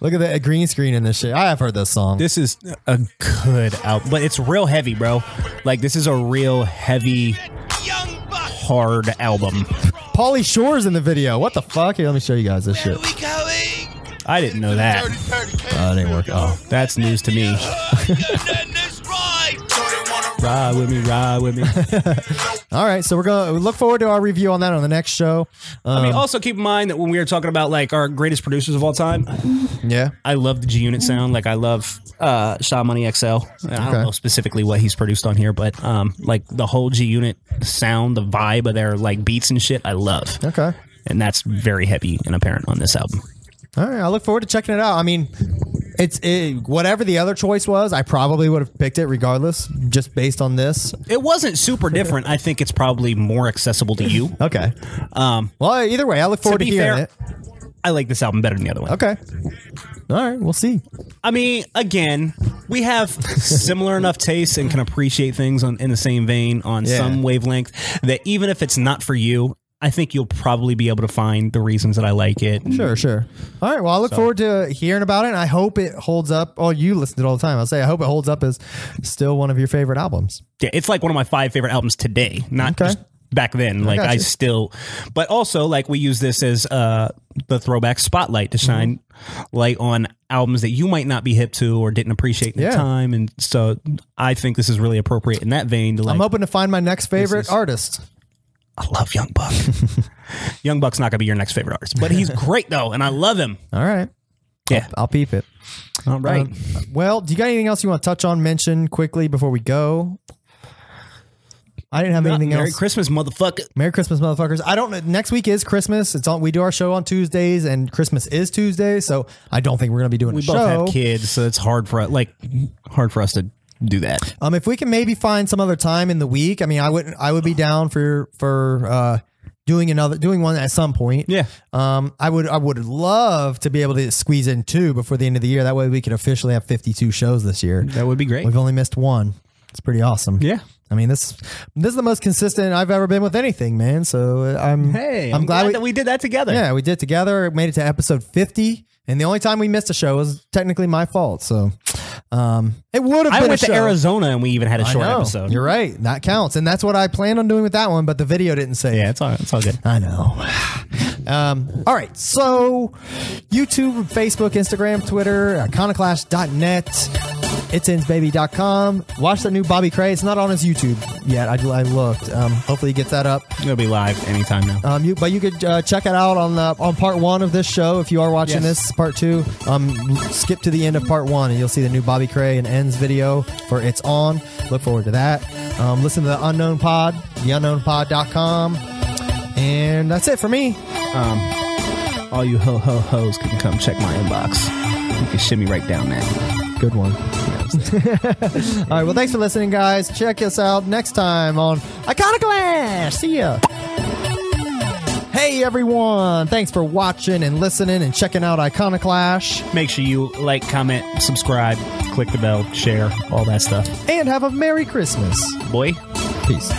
S1: Look at that green screen in this shit. I have heard this song.
S2: this is a good album, but it's real heavy, bro. Like this is a real heavy, hard album.
S1: Pauly Shore's in the video. What the fuck? Here, let me show you guys this shit.
S2: I didn't know that.
S1: Oh, it didn't work. Oh.
S2: That's news to me. Ride with me, ride with me.
S1: All right, so we're gonna we look forward to our review on that on the next show.
S2: I
S1: Um,
S2: mean, also keep in mind that when we were talking about like our greatest producers of all time,
S1: yeah.
S2: I love the G Unit sound. Like I love uh Shaw Money XL. And I
S1: Okay.
S2: don't know specifically what he's produced on here, but um like the whole G Unit sound, the vibe of their like beats and shit, I love.
S1: Okay.
S2: And that's very heavy and apparent on this album.
S1: All right, I look forward to checking it out. I mean, it's it, whatever the other choice was, I probably would have picked it regardless, just based on this.
S2: It wasn't super different. I think it's probably more accessible to you.
S1: Okay.
S2: Um
S1: Well, either way, I look forward to,
S2: be
S1: hearing
S2: fair-
S1: it.
S2: I like this album better than the other one.
S1: Okay. All right, we'll see.
S2: I mean, again, we have similar enough tastes and can appreciate things on, in the same vein on
S1: Yeah.
S2: some wavelength that even if it's not for you, I think you'll probably be able to find the reasons that I like it.
S1: Sure, sure. All right, well, I look forward to hearing about it, and I hope it holds up. Oh, you listen to it all the time. I'll say I hope it holds up as still one of your favorite albums.
S2: Yeah, it's like one of my five favorite albums today, not
S1: Okay.
S2: just back then. like
S1: got
S2: I
S1: you.
S2: still, but also like we use this as uh, the throwback spotlight to
S1: Mm-hmm.
S2: shine light on albums that you might not be hip to or didn't appreciate in
S1: Yeah.
S2: the time. And so I think this is really appropriate in that vein to like.
S1: I'm hoping to find my next favorite artist.
S2: I love Young Buck. Young Buck's not gonna be your next favorite artist, but he's great though, and I love him.
S1: All right,
S2: Yeah.
S1: I'll peep it.
S2: All right.
S1: Um, well, do you got anything else you want to touch on, mention quickly before we go? I didn't have anything
S2: Merry
S1: else.
S2: Christmas, motherfucker.
S1: Merry Christmas, motherfuckers! I don't. know. Next week is Christmas. It's on. We do our show on Tuesdays, and Christmas is Tuesday, so I don't think we're gonna be doing
S2: We
S1: a
S2: both
S1: show.
S2: have kids, so it's hard for us like hard for us to do that.
S1: Um, if we can maybe find some other time in the week, I mean, I would I would be down for for uh, doing another doing one at some point.
S2: Yeah.
S1: Um, I would I would love to be able to squeeze in two before the end of the year. That way we could officially have fifty two shows this year.
S2: That would be great.
S1: We've only missed one. It's pretty awesome.
S2: Yeah.
S1: I mean this this is the most consistent I've ever been with anything, man. So uh, I'm
S2: Hey,
S1: I'm, glad, we,
S2: that we did that together.
S1: yeah we did it together. Made it to episode fifty. And the only time we missed a show was technically my fault. So um, it would have
S2: I
S1: been
S2: went
S1: a
S2: to
S1: show.
S2: Arizona and we even had a
S1: I
S2: short
S1: know.
S2: episode.
S1: You're right. That counts. And that's what I planned on doing with that one, but the video didn't say
S2: yeah, it's all it's all good.
S1: I know. Um, all right. So, YouTube, Facebook, Instagram, Twitter, uh, iconoclash.net, itsendsbaby.com. Watch the new Bobby Cray. It's not on his YouTube yet. I, I looked. Um, hopefully, he gets that up.
S2: It'll be live anytime now.
S1: Um, you, but you could uh, check it out on the, on part one of this show if you are watching
S2: Yes.
S1: this part two. Um, skip to the end of part one and you'll see the new Bobby Cray and Ends video for It's On. Look forward to that. Um, listen to the Unknown Pod, theunknownpod.com. And that's it for me.
S2: All you ho ho hoes can come check my inbox. You can shimmy right down that.
S1: Good one. All right. Well, thanks for listening, guys. Check us out next time on Iconoclash. See ya. Hey, everyone. Thanks for watching and listening and checking out Iconoclash.
S2: Make sure you like, comment, subscribe, click the bell, share, all that stuff.
S1: and have a Merry Christmas.
S2: Boy.
S1: Peace.